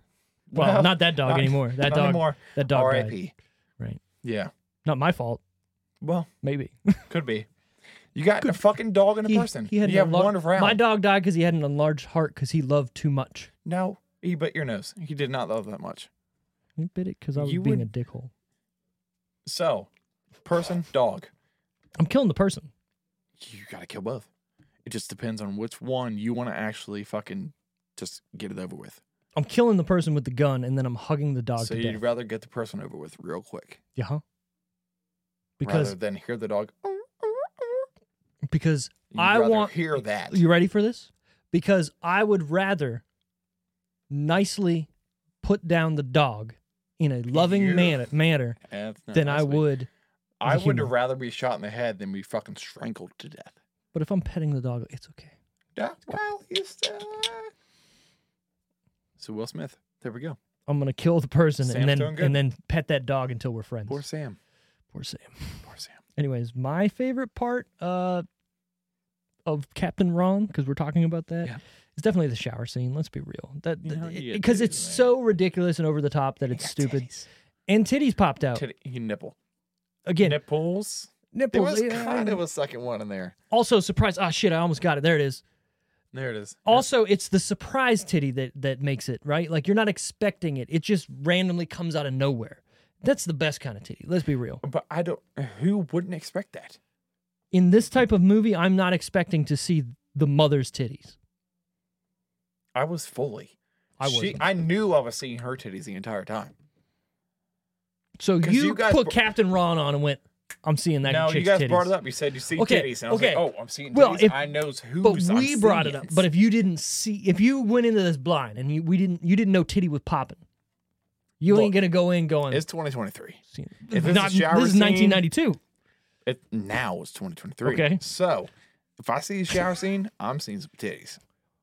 B: Well,
C: Well,
B: not that dog
C: not-
B: anymore. That
C: Not
B: dog.
C: anymore.
B: That dog died.
C: R.I.P.
B: Right.
C: Yeah.
B: Not my fault.
C: Well,
B: Maybe.
C: could be. You got a fucking dog and a
B: He-
C: person.
B: he had
C: you
B: an
C: have
B: enlar-
C: one round.
B: My dog died because he had an enlarged heart because he loved too much.
C: No, he bit your nose. He did not love that much.
B: He bit it because I was
C: You
B: being
C: would-
B: a dickhole.
C: So, person, dog.
B: I'm killing the person.
C: You gotta kill both. It just depends on which one you want to actually fucking just get it over with.
B: I'm killing the person with the gun, and then I'm hugging the dog
C: so
B: to
C: you'd
B: death.
C: rather get the person over with real quick
B: yeah. huh? Because
C: rather than hear the dog. "Oh,
B: because
C: You'd
B: I
C: rather
B: want
C: hear that.
B: You ready for this? Because I would rather nicely put down the dog in a loving
C: You-
B: manner, manner
C: That's not
B: than I
C: nice of me.
B: would.
C: I
B: as a
C: would
B: human.
C: rather be shot in the head than be fucking strangled to death.
B: But if I'm petting the dog, it's okay.
C: That's well, you said. So Will Smith. There we go.
B: I'm gonna kill the person
C: Sam's
B: and then
C: doing good.
B: and then pet that dog until we're friends.
C: Poor Sam.
B: Poor Sam.
C: Poor Sam.
B: Anyways, my favorite part uh, of Captain Ron, because we're talking about that, is
C: Yeah.
B: definitely the shower scene. Let's be real, that
C: You know, you
B: because
C: do,
B: it's
C: man.
B: so ridiculous and over the top that it's stupid. And titties popped out
C: Titty, he nipple.
B: again.
C: Nipples. There
B: nipples.
C: was
B: yeah,
C: kind of a second one in there.
B: also surprise. Ah, shit! I almost got it. There it is.
C: There it is.
B: Also, it's the surprise titty that that makes it right. Like you're not expecting it. It just randomly comes out of nowhere. That's the best kind of titty. Let's be real.
C: But I don't. Who wouldn't expect that?
B: In this type of movie, I'm not expecting to see the mother's titties.
C: I was fully.
B: I was.
C: She, I knew I was seeing her titties the entire time.
B: So
C: 'Cause
B: you,
C: you guys
B: put
C: br-
B: Captain Ron on and went, I'm seeing that
C: no,
B: chick's
C: you guys
B: titties.
C: brought it up. You said you see
B: Okay,
C: titties, and I was
B: okay.
C: like, "Oh, I'm seeing titties.
B: Well, if-
C: I knows who's."
B: But
C: I'm
B: we brought it
C: seeing.
B: up. But if you didn't see, if you went into this blind and you, we didn't, you didn't know titty was popping, you ain't
C: Look,
B: gonna go in going.
C: it's 2023.
B: "See-
C: if it's
B: not-
C: a shower
B: this is
C: scene-
B: 1992.
C: It now is 2023.
B: Okay.
C: So if I see a shower scene, I'm seeing some titties.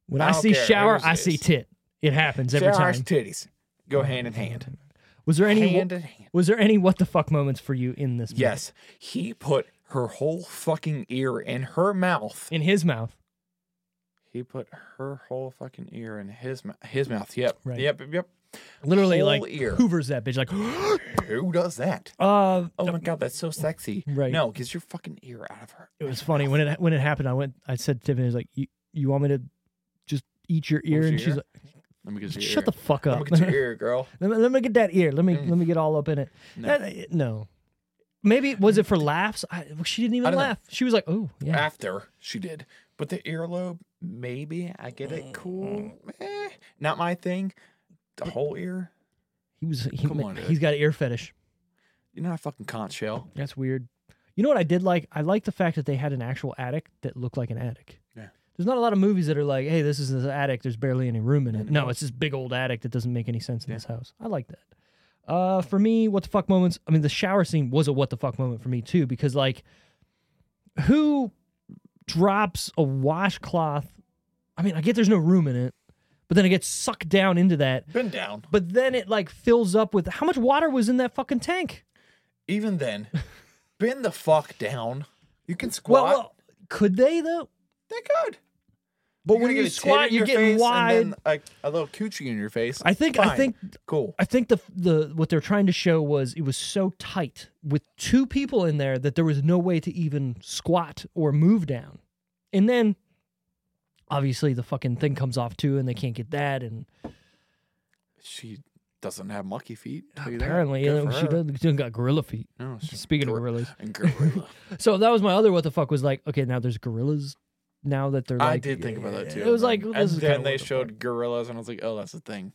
B: When
C: I
B: I,
C: don't
B: see
C: care
B: shower,
C: whose
B: I
C: it
B: see
C: is.
B: tit. It happens every
C: Showers,
B: time.
C: titties go hand in hand.
B: Was there any?
C: hand in hand.
B: Was there any what the fuck moments for you in this? movie?
C: Yes. He put her whole fucking ear in her mouth.
B: In his mouth.
C: He put her whole fucking ear in his mou- his mouth. Yep.
B: Right.
C: Yep. Yep.
B: Literally,
C: Whole
B: like
C: ear.
B: hoovers that bitch. Like,
C: Who does that?
B: uh,
C: Oh my god, that's so sexy.
B: Right.
C: No, get your fucking ear out of her.
B: it was funny when it when it happened. I went. I said to Tiffany, I was like, you, "You want me to just eat your ear?"
C: was
B: And
C: your
B: she's
C: ear?
B: like,
C: Let me get your ear.
B: "Shut the fuck
C: Let
B: up."
C: me get your ear, girl.
B: Let me, let me get that ear. Let me
C: Mm.
B: let me get all up in it.
C: No.
B: That- uh, no. Maybe was it for laughs? I, well, she didn't
C: I
B: even
C: don't know.
B: laugh. She was like, "Oh yeah."
C: after she did. But the earlobe, maybe I get it. Cool, eh, not my thing. The whole ear,
B: He was. He,
C: Come on, dude.
B: he's got an ear fetish.
C: you're not a fucking conch shell.
B: That's weird. You know what I did like? I liked the fact that they had an actual attic that looked like an attic.
C: Yeah.
B: There's not a lot of movies that are like, "Hey, this is an attic. There's barely any room in it."
C: No,
B: No, it's this big old attic that doesn't make any sense in this house. I like that. Uh, for me, what the fuck moments? I mean, the shower scene was a what the fuck moment for me too, because like, who drops a washcloth? I mean, I get there's no room in it, but then it gets sucked down into that.
C: Been down.
B: But then it like fills up with how much water was in that fucking tank?
C: Even then, bend the fuck down. You can squat.
B: Well, well, could they though?
C: they could.
B: But
C: You're
B: when
C: gonna
B: you
C: get a tit
B: squat,
C: in
B: you're
C: your
B: getting
C: face
B: wide.
C: And then a, a little coochie in your face.
B: I think. I
C: Fine.
B: think.
C: Cool.
B: I think the the what they're trying to show was it was so tight with two people in there that there was no way to even squat or move down. And then, obviously, the fucking thing comes off too, and they can't get that. And
C: She doesn't have monkey feet. tell you that.
B: Apparently,
C: Good
B: uh,
C: for
B: she
C: her.
B: doesn't, she doesn't got gorilla feet.
C: No, she's
B: Speaking of
C: gor-
B: gorillas,
C: a gorilla.
B: so that was my other what the fuck was like. Okay, now there's gorillas. Now that they're like,
C: I did think about that too.
B: It was
C: and
B: like
C: then-
B: this is
C: and
B: kinda
C: then they
B: what the
C: showed
B: fuck.
C: gorillas, and I was like, oh, that's a thing.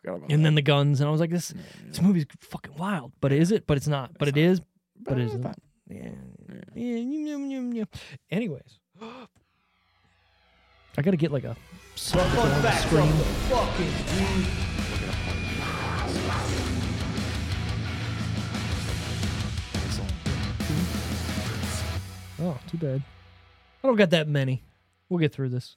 C: Forgot about
B: and
C: that.
B: then the guns, and I was like, this
C: Yeah, yeah.
B: this movie's fucking wild, but is it? But it's not. But
C: Mm. It's
B: it is.
C: But
B: it is
C: I
B: not.
C: thought-
B: Yeah.
C: Yeah.
B: Yeah, yum, yum, yum, yum. Anyways, I gotta get like a sonic on the screen. Oh, too bad. I don't got that many. We'll get through this.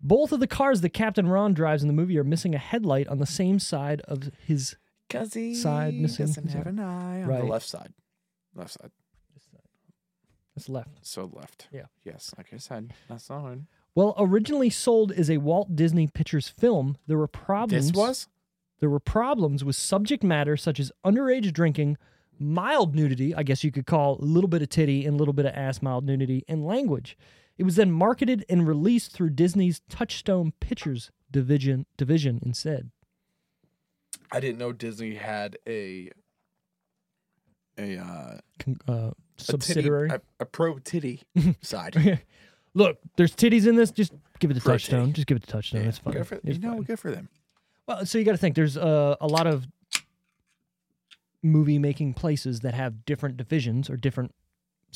B: Both of the cars that Captain Ron drives in the movie are missing a headlight on the same side of his.
C: Cause he
B: Side missing,
C: doesn't have
B: side.
C: an eye on
B: Right.
C: the left side. Left side.
B: That's left.
C: So left.
B: Yeah.
C: Yes, like I said, that's not one.
B: Well, originally sold as a Walt Disney Pictures film, there were problems.
C: This was?
B: There were problems with subject matter such as underage drinking, mild nudity, I guess you could call a little bit of titty and a little bit of ass mild nudity, and language. It was then marketed and released through Disney's Touchstone Pictures division division instead.
C: I didn't know Disney had a a uh
B: Con- uh,
C: a titty-
B: subsidiary.
C: a, a pro titty side.
B: Look, there's titties in this. Just give it to
C: Pro
B: Touchstone.
C: titty.
B: Just give it to Touchstone.
C: Yeah,
B: It's fine.
C: Good for,
B: It's
C: you know,
B: fine.
C: good for them.
B: Well, so you got to think. There's uh, a lot of movie making places that have different divisions or different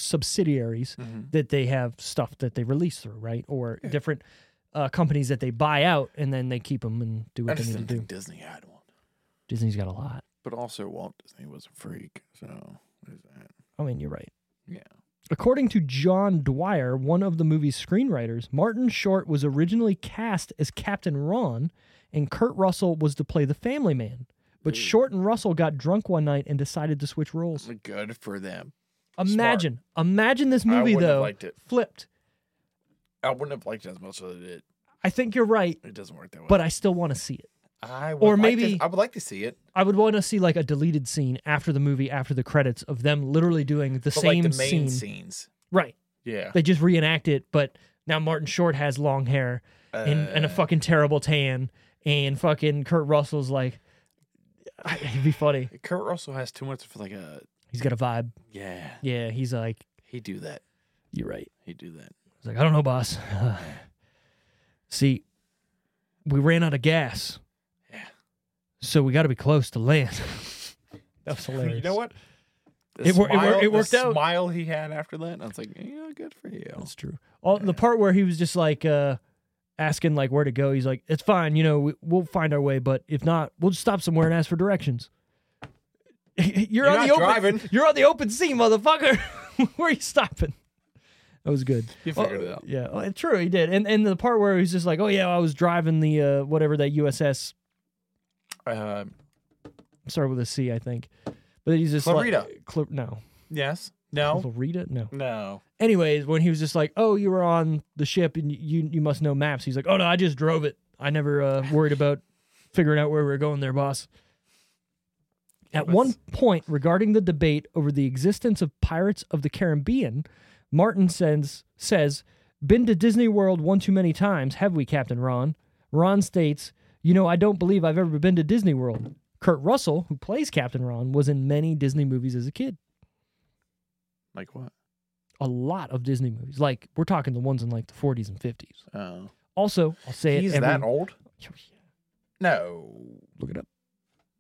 B: subsidiaries that they have stuff that they release through, right? Or different uh, companies that they buy out and then they keep them and do
C: I
B: what they
C: just
B: need to
C: didn't
B: do.
C: think Disney had one.
B: Disney's got a lot.
C: But also Walt Disney was a freak, so what is that?
B: I mean, you're right.
C: Yeah.
B: According to John Dwyer, one of the movie's screenwriters, Martin Short was originally cast as Captain Ron, and Kurt Russell was to play the family man. But Short and Russell got drunk one night and decided to switch roles.
C: Good for them.
B: Imagine, imagine this
C: I
B: movie
C: wouldn't have
B: though
C: liked it.
B: flipped.
C: I wouldn't have liked it as much as I did.
B: I think you're right,
C: It doesn't work that way.
B: but I still want to see it.
C: I would
B: or
C: like to-
B: maybe-
C: I would like to see it.
B: I would want to see like a deleted scene after the movie, after the credits of them literally doing the
C: But
B: same
C: like the
B: scene.
C: main scenes.
B: Right.
C: Yeah.
B: They just reenact it, but now Martin Short has long hair and, and a fucking terrible tan, and fucking Kurt Russell's like, it'd be funny.
C: Uh, Kurt Russell has too much of like a
B: He's got a vibe.
C: yeah.
B: Yeah, he's like,
C: He do that.
B: you're right.
C: He do that.
B: He's like, I don't know, boss. See, we ran out of gas.
C: Yeah.
B: So we got to be close to land. that was hilarious.
C: You know what? The
B: It wor- it wor- it
C: the
B: worked out.
C: Smile he had after that. I was like, yeah, good for you.
B: That's true. All the part where he was just like uh asking like where to go, he's like, "It's fine, you know, we, we'll find our way, but if not, we'll just stop somewhere and ask for directions." you're,
C: You're
B: on
C: not
B: the open.
C: driving.
B: You're on the open sea, motherfucker. where are you stopping? That was good.
C: You figured it out.
B: Yeah, well, true. He did, and and the part where he's just like, "Oh yeah, I was driving the uh, whatever that USS
C: Uh,
B: started with a C, I think." But he's just
C: Clarita.
B: like, Cl- no,
C: yes. No.
B: Clarita, no.
C: No.
B: anyways, when he was just like, "Oh, you were on the ship and you you must know maps," he's like, "Oh no, I just drove it. I never uh, worried about figuring out where we were going there, boss." At one point, regarding the debate over the existence of Pirates of the Caribbean, Martin says, says, Been to Disney World one too many times, have we, Captain Ron? Ron states, You know, I don't believe I've ever been to Disney World. Kurt Russell, who plays Captain Ron, was in many Disney movies as a kid
C: Like what?
B: a lot of Disney movies. Like we're talking the ones in like the 40s and 50s.
C: Oh.
B: Also, I'll say
C: He's
B: it every Oh,
C: that old? No.
B: look it up.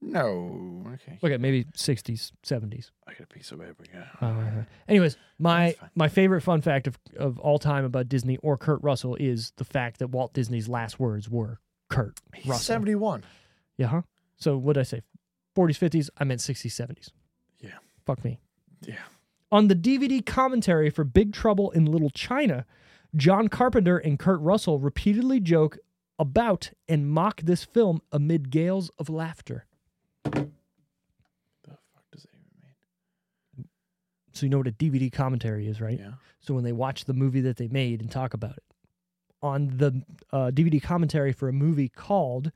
C: No. Okay.
B: Look at maybe 60s, 70s.
C: I got a piece of paper. Yeah.
B: Uh, anyways, my
C: That's fine.
B: my favorite fun fact of of all time about Disney or Kurt Russell is the fact that Walt Disney's last words were Kurt
C: He's
B: Russell.
C: 71.
B: Yeah. Huh? So what did I say? 40s, 50s. I meant 60s, 70s.
C: Yeah.
B: Fuck me.
C: Yeah.
B: On the DVD commentary for Big Trouble in Little China, John Carpenter and Kurt Russell repeatedly joke about and mock this film amid gales of laughter.
C: The fuck does that even
B: So you know what a DVD commentary is, right?
C: mean? Yeah.
B: So when they watch the movie that they made and talk about it. On the uh, DVD commentary for a movie called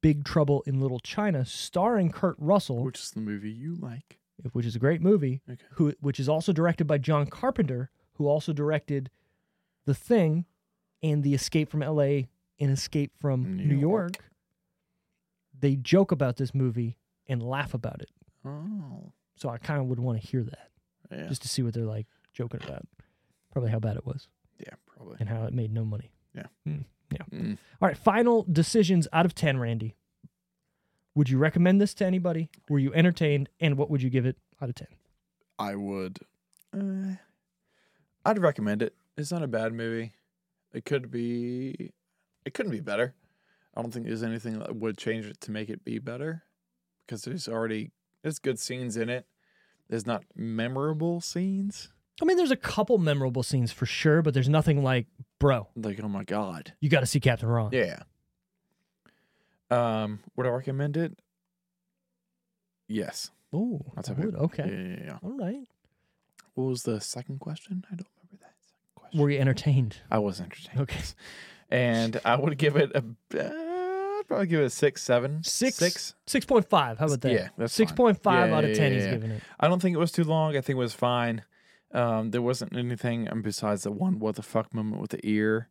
B: Big Trouble in Little China, starring Kurt Russell,
C: Which is the movie you like?
B: which is a great movie,
C: Okay.
B: who which is also directed by John Carpenter, who also directed The Thing and The Escape from LA and Escape from
C: New
B: New York.
C: York.
B: they joke about this movie and laugh about it.
C: Oh.
B: So I kind of would want to hear that
C: Yeah.
B: just to see what they're like joking about. Probably how bad it was
C: yeah, probably.
B: and how it made no money.
C: Mm.
B: All right, final decisions out of 10, Randy. Would you recommend this to anybody? Were you entertained? And what would you give it out of 10?
C: I would.
B: Mm.
C: Uh, I'd recommend it. It's not a bad movie. It could be. It couldn't be better. I don't think there's anything that would change it to make it be better, because there's already there's good scenes in it. There's not memorable scenes.
B: I mean, there's a couple memorable scenes for sure, but there's nothing like, bro,
C: Like oh my god.
B: you got to see Captain Ron.
C: Yeah. Um. Would I recommend it? Yes.
B: Oh,
C: That's
B: I
C: how I-
B: would. Okay.
C: Yeah, yeah, yeah.
B: All right.
C: What was the second question? I don't remember that second question.
B: Were you entertained?
C: I was entertained.
B: Okay.
C: and I would give it a uh, I'd probably give it a six, seven,
B: Six?
C: six.
B: 6.5. How about that?
C: Yeah, that's fine.
B: 6.5
C: Yeah,
B: out of
C: yeah,
B: 10
C: yeah,
B: he's
C: yeah.
B: giving it.
C: I don't think it was too long. I think it was fine. Um, there wasn't anything um, besides the one what the fuck moment with the ear.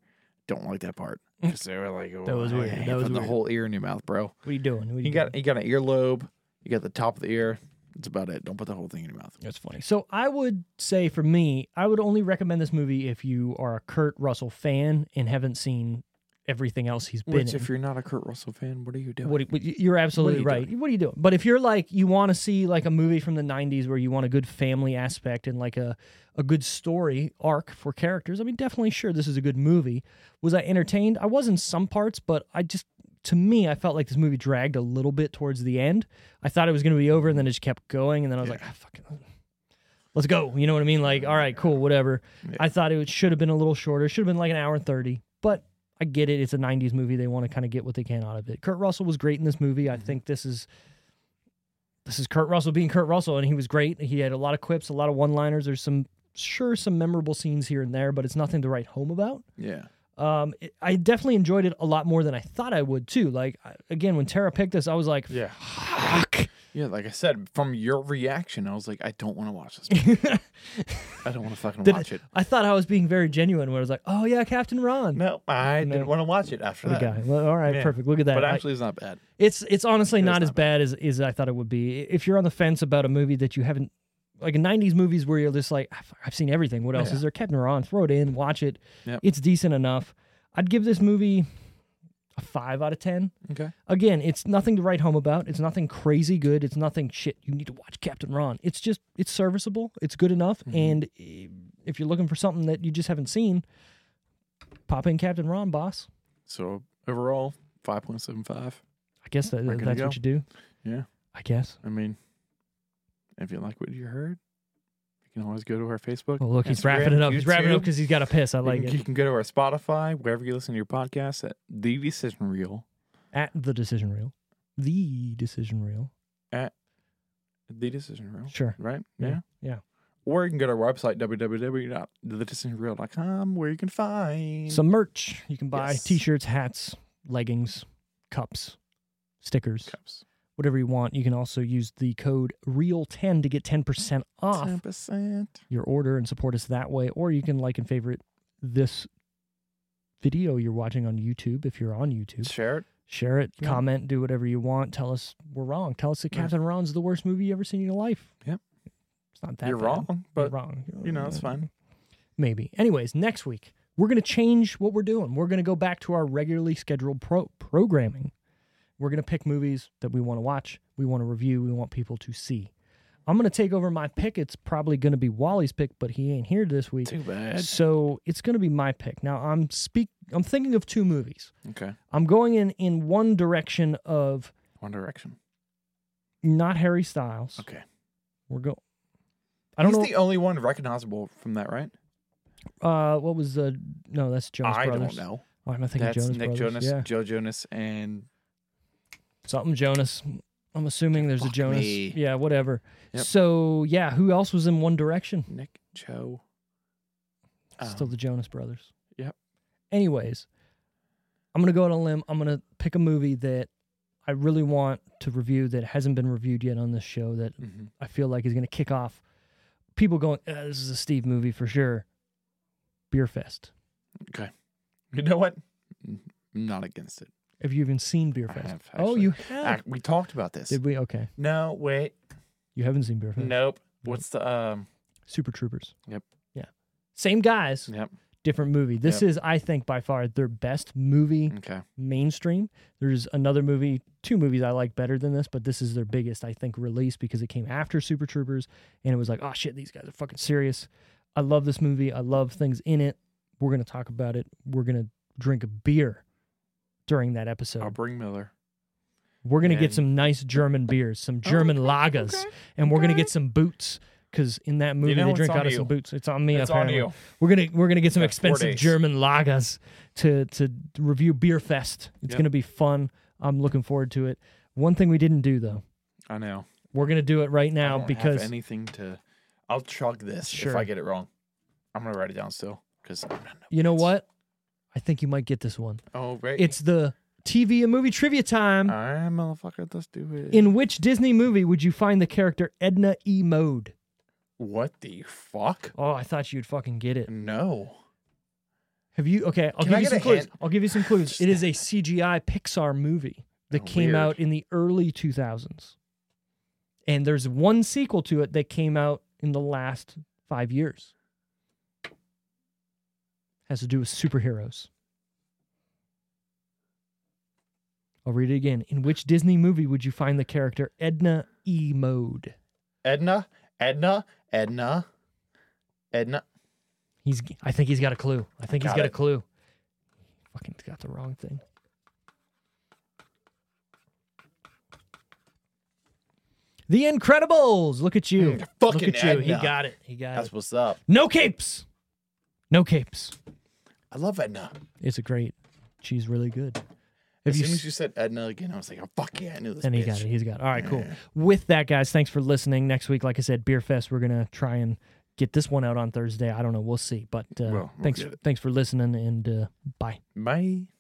C: Don't like that part because they were like,
B: That was
C: "Why
B: weird.
C: you
B: That was
C: put the
B: weird.
C: whole ear in your mouth, bro.
B: What are you doing? What are you
C: You got
B: doing?
C: you got an earlobe. You got the top of the ear. That's about it. Don't put the whole thing in your mouth.
B: That's funny. So I would say for me, I would only recommend this movie if you are a Kurt Russell fan and haven't seen everything else he's been
C: Which,
B: in.
C: if you're not a Kurt Russell fan, what are you doing?
B: What, what- you're absolutely
C: you
B: right. What are you doing? But if you're like you want to see like a movie from the '90s where you want a good family aspect and like a a good story arc for characters, I mean, definitely sure this is a good movie. Was I entertained? I was in some parts, but I just to me, I felt like this movie dragged a little bit towards the end. I thought it was going to be over, and then it just kept going, and then I was like, ah, fucking. Let's go. You know what I mean? Like, all right, cool, whatever.
C: Yeah.
B: I thought it should have been a little shorter. It should have been like an hour and 30, but I get it. It's a 90s movie. They want to kind of get what they can out of it. Kurt Russell was great in this movie.
C: Mm-hmm.
B: I think this is this is Kurt Russell being Kurt Russell and he was great. He had a lot of quips, a lot of one-liners. There's some sure some memorable scenes here and there, but it's nothing to write home about.
C: Yeah.
B: Um it, I definitely enjoyed it a lot more than I thought I would too. Like I- again, when Tara picked this, I was like,
C: Yeah.
B: "Fuck."
C: Yeah, like I said, from your reaction, I was like, I don't want to watch this. I don't want to fucking
B: Did
C: watch it.
B: I thought I was being very genuine when I was like, "Oh yeah, Captain Ron."
C: No, I
B: No.
C: didn't want to watch it after
B: the
C: that.
B: guy. Well, all right,
C: Yeah.
B: perfect. Look at that.
C: But
B: I-
C: actually, it's not bad.
B: It's it's honestly
C: It is
B: not
C: not
B: as bad as, as I thought it would be. If you're on the fence about a movie that you haven't like in 90s movies where you're just like "Ah, fuck, I've seen everything. What else
C: Yeah.
B: is there? Captain Ron, throw it in, watch it.
C: Yep.
B: It's decent enough. I'd give this movie a 5 out of 10.
C: Okay.
B: Again, it's nothing to write home about. It's nothing crazy good. It's nothing shit. You need to watch Captain Ron. It's just it's serviceable. It's good enough
C: Mm-hmm.
B: and eh, if you're looking for something that you just haven't seen, pop in Captain Ron, boss.
C: So overall, five point seven five.
B: I guess that,
C: We're
B: that's
C: gonna
B: what
C: go.
B: you do.
C: Yeah.
B: I guess.
C: I mean, if you like what you heard, you can always go to our Facebook.
B: Well, Oh, look, he's wrapping
C: Instagram,
B: it up. He's wrapping it up
C: YouTube.
B: because he's got a piss. I
C: You
B: like
C: can- You
B: it.
C: can go to our Spotify, wherever you listen to your podcast, at the Decision Reel,
B: At the decision reel. The decision reel.
C: the Decision Reel,
B: Sure.
C: right?
B: Yeah. Yeah.
C: Or you can go to our website www.thedecisionreel.com, where you can find
B: Some merch. You can buy
C: Yes.
B: t shirts, hats, leggings, cups, stickers,
C: cups.
B: whatever you want. You can also use the code REAL10 to get 10% off
C: Ten percent.
B: your order and support us that way. Or you can like and favorite this video you're watching on YouTube if you're on YouTube.
C: Share it.
B: share it,
C: Yeah.
B: comment, do whatever you want. Tell us we're wrong. Tell us that
C: Yeah.
B: Captain Ron's the worst movie you ever seen in your life.
C: Yep.
B: It's not that
C: You're
B: bad.
C: wrong, but
B: You're wrong.
C: you know, it's fine.
B: Maybe. Anyways, next week we're gonna change what we're doing. We're gonna go back to our regularly scheduled pro- programming. We're gonna pick movies that we want to watch, we want to review, we want people to see. I'm gonna take over my pick. It's probably gonna be Wally's pick, but he ain't here this week.
C: Too bad.
B: So it's gonna be my pick. Now I'm speak I'm thinking of two movies.
C: Okay.
B: I'm going in in one direction of
C: One Direction.
B: not Harry Styles.
C: Okay.
B: We're go. I don't
C: He's
B: know.
C: the only one recognizable from that, right?
B: uh, what was the? No, that's Jonas
C: I
B: Brothers.
C: don't know.
B: Oh, am I thinking
C: That's
B: Jonas
C: Nick
B: Brothers?
C: Jonas,
B: Yeah,
C: Joe Jonas, and
B: something Jonas. I'm assuming there's a
C: Fuck
B: Jonas.
C: me.
B: Yeah, whatever.
C: Yep.
B: So yeah, who else was in One Direction?
C: Nick Um, Joe.
B: Still the Jonas Brothers.
C: Yep.
B: Anyways, I'm gonna go on a limb. I'm gonna pick a movie that I really want to review that hasn't been reviewed yet on this show that
C: hmm
B: I feel like is going to kick off people going, "Uh, this is a Steve movie for sure. Beer Fest.
C: You know what? N- Mm-hmm. Not against it.
B: Have you even seen Beer
C: I
B: Fest?
C: have,
B: oh,
C: actually.
B: you have.
C: Ac- we talked about this.
B: Did we? Okay.
C: No, wait.
B: You haven't seen Beer Fest.
C: Nope. What's the um?
B: Super Troopers.
C: Yep.
B: Yeah. Same guys,
C: Yep.
B: different movie. This is, I think, by far their best movie
C: Okay.
B: mainstream. There's another movie, two movies I like better than this, but this is their biggest, I think, release because it came after Super Troopers and it was like, oh shit, these guys are fucking serious. I love this movie. I love things in it. We're going to talk about it. We're going to drink a beer during that episode.
C: I'll bring Miller.
B: We're gonna get
C: And- Oh,
B: some nice German beers, some German lagers, and we're gonna get some boots because in that movie
C: know,
B: they
C: it's
B: drink
C: on
B: out of
C: you.
B: some boots. It's on me.
C: It's on
B: apparently.
C: you.
B: We're gonna we're gonna get some
C: Got four
B: expensive
C: days.
B: German lagers to to review Beer Fest. It's
C: Yep.
B: gonna be fun. I'm looking forward to it. One thing we didn't do though,
C: I know.
B: we're gonna do it right
C: I
B: now
C: don't have
B: because
C: anything to. I'll chug this if
B: Sure.
C: I get it wrong. I'm gonna write it down still because I'm not.
B: you know what? I think you might get this one.
C: Oh right.
B: It's the TV and movie trivia time.
C: All right, motherfucker. Let's do it.
B: in which Disney movie would you find the character Edna E. Mode?
C: what the fuck?
B: Oh, I thought you'd fucking get it.
C: No.
B: Have you? Okay, I'll
C: Can
B: give
C: I
B: you
C: get
B: some
C: a
B: clues.
C: hint?
B: I'll give you some clues. It is a CGI Pixar movie that
C: Oh,
B: came
C: weird.
B: out in the early 2000s, and there's one sequel to it that came out in the last five years. Has to do with superheroes. I'll read it again. In which Disney movie would you find the character Edna E. Mode?
C: Edna. Edna. Edna. Edna.
B: He's. I think he's got a clue. I think he's
C: Got
B: got a
C: it.
B: clue. Fucking got the wrong thing. The Incredibles. Look at you.
C: Mm,
B: Look
C: fucking
B: at you. He
C: Edna.
B: got it. He got
C: That's
B: it.
C: what's up.
B: No capes. No capes.
C: I love Edna.
B: It's a great. She's really good. Have
C: As
B: you
C: soon
B: s-
C: as you said Edna again, I was like, oh, fuck yeah, I knew this.
B: and he
C: bitch.
B: got it. He's got it. All right, cool. With that, guys, thanks for listening. Next week, like I said, Beer Fest. We're gonna try and get this one out on Thursday. I don't know. We'll see. But uh,
C: Well, we'll
B: thanks,
C: get it.
B: thanks for listening, and uh, bye.
C: Bye.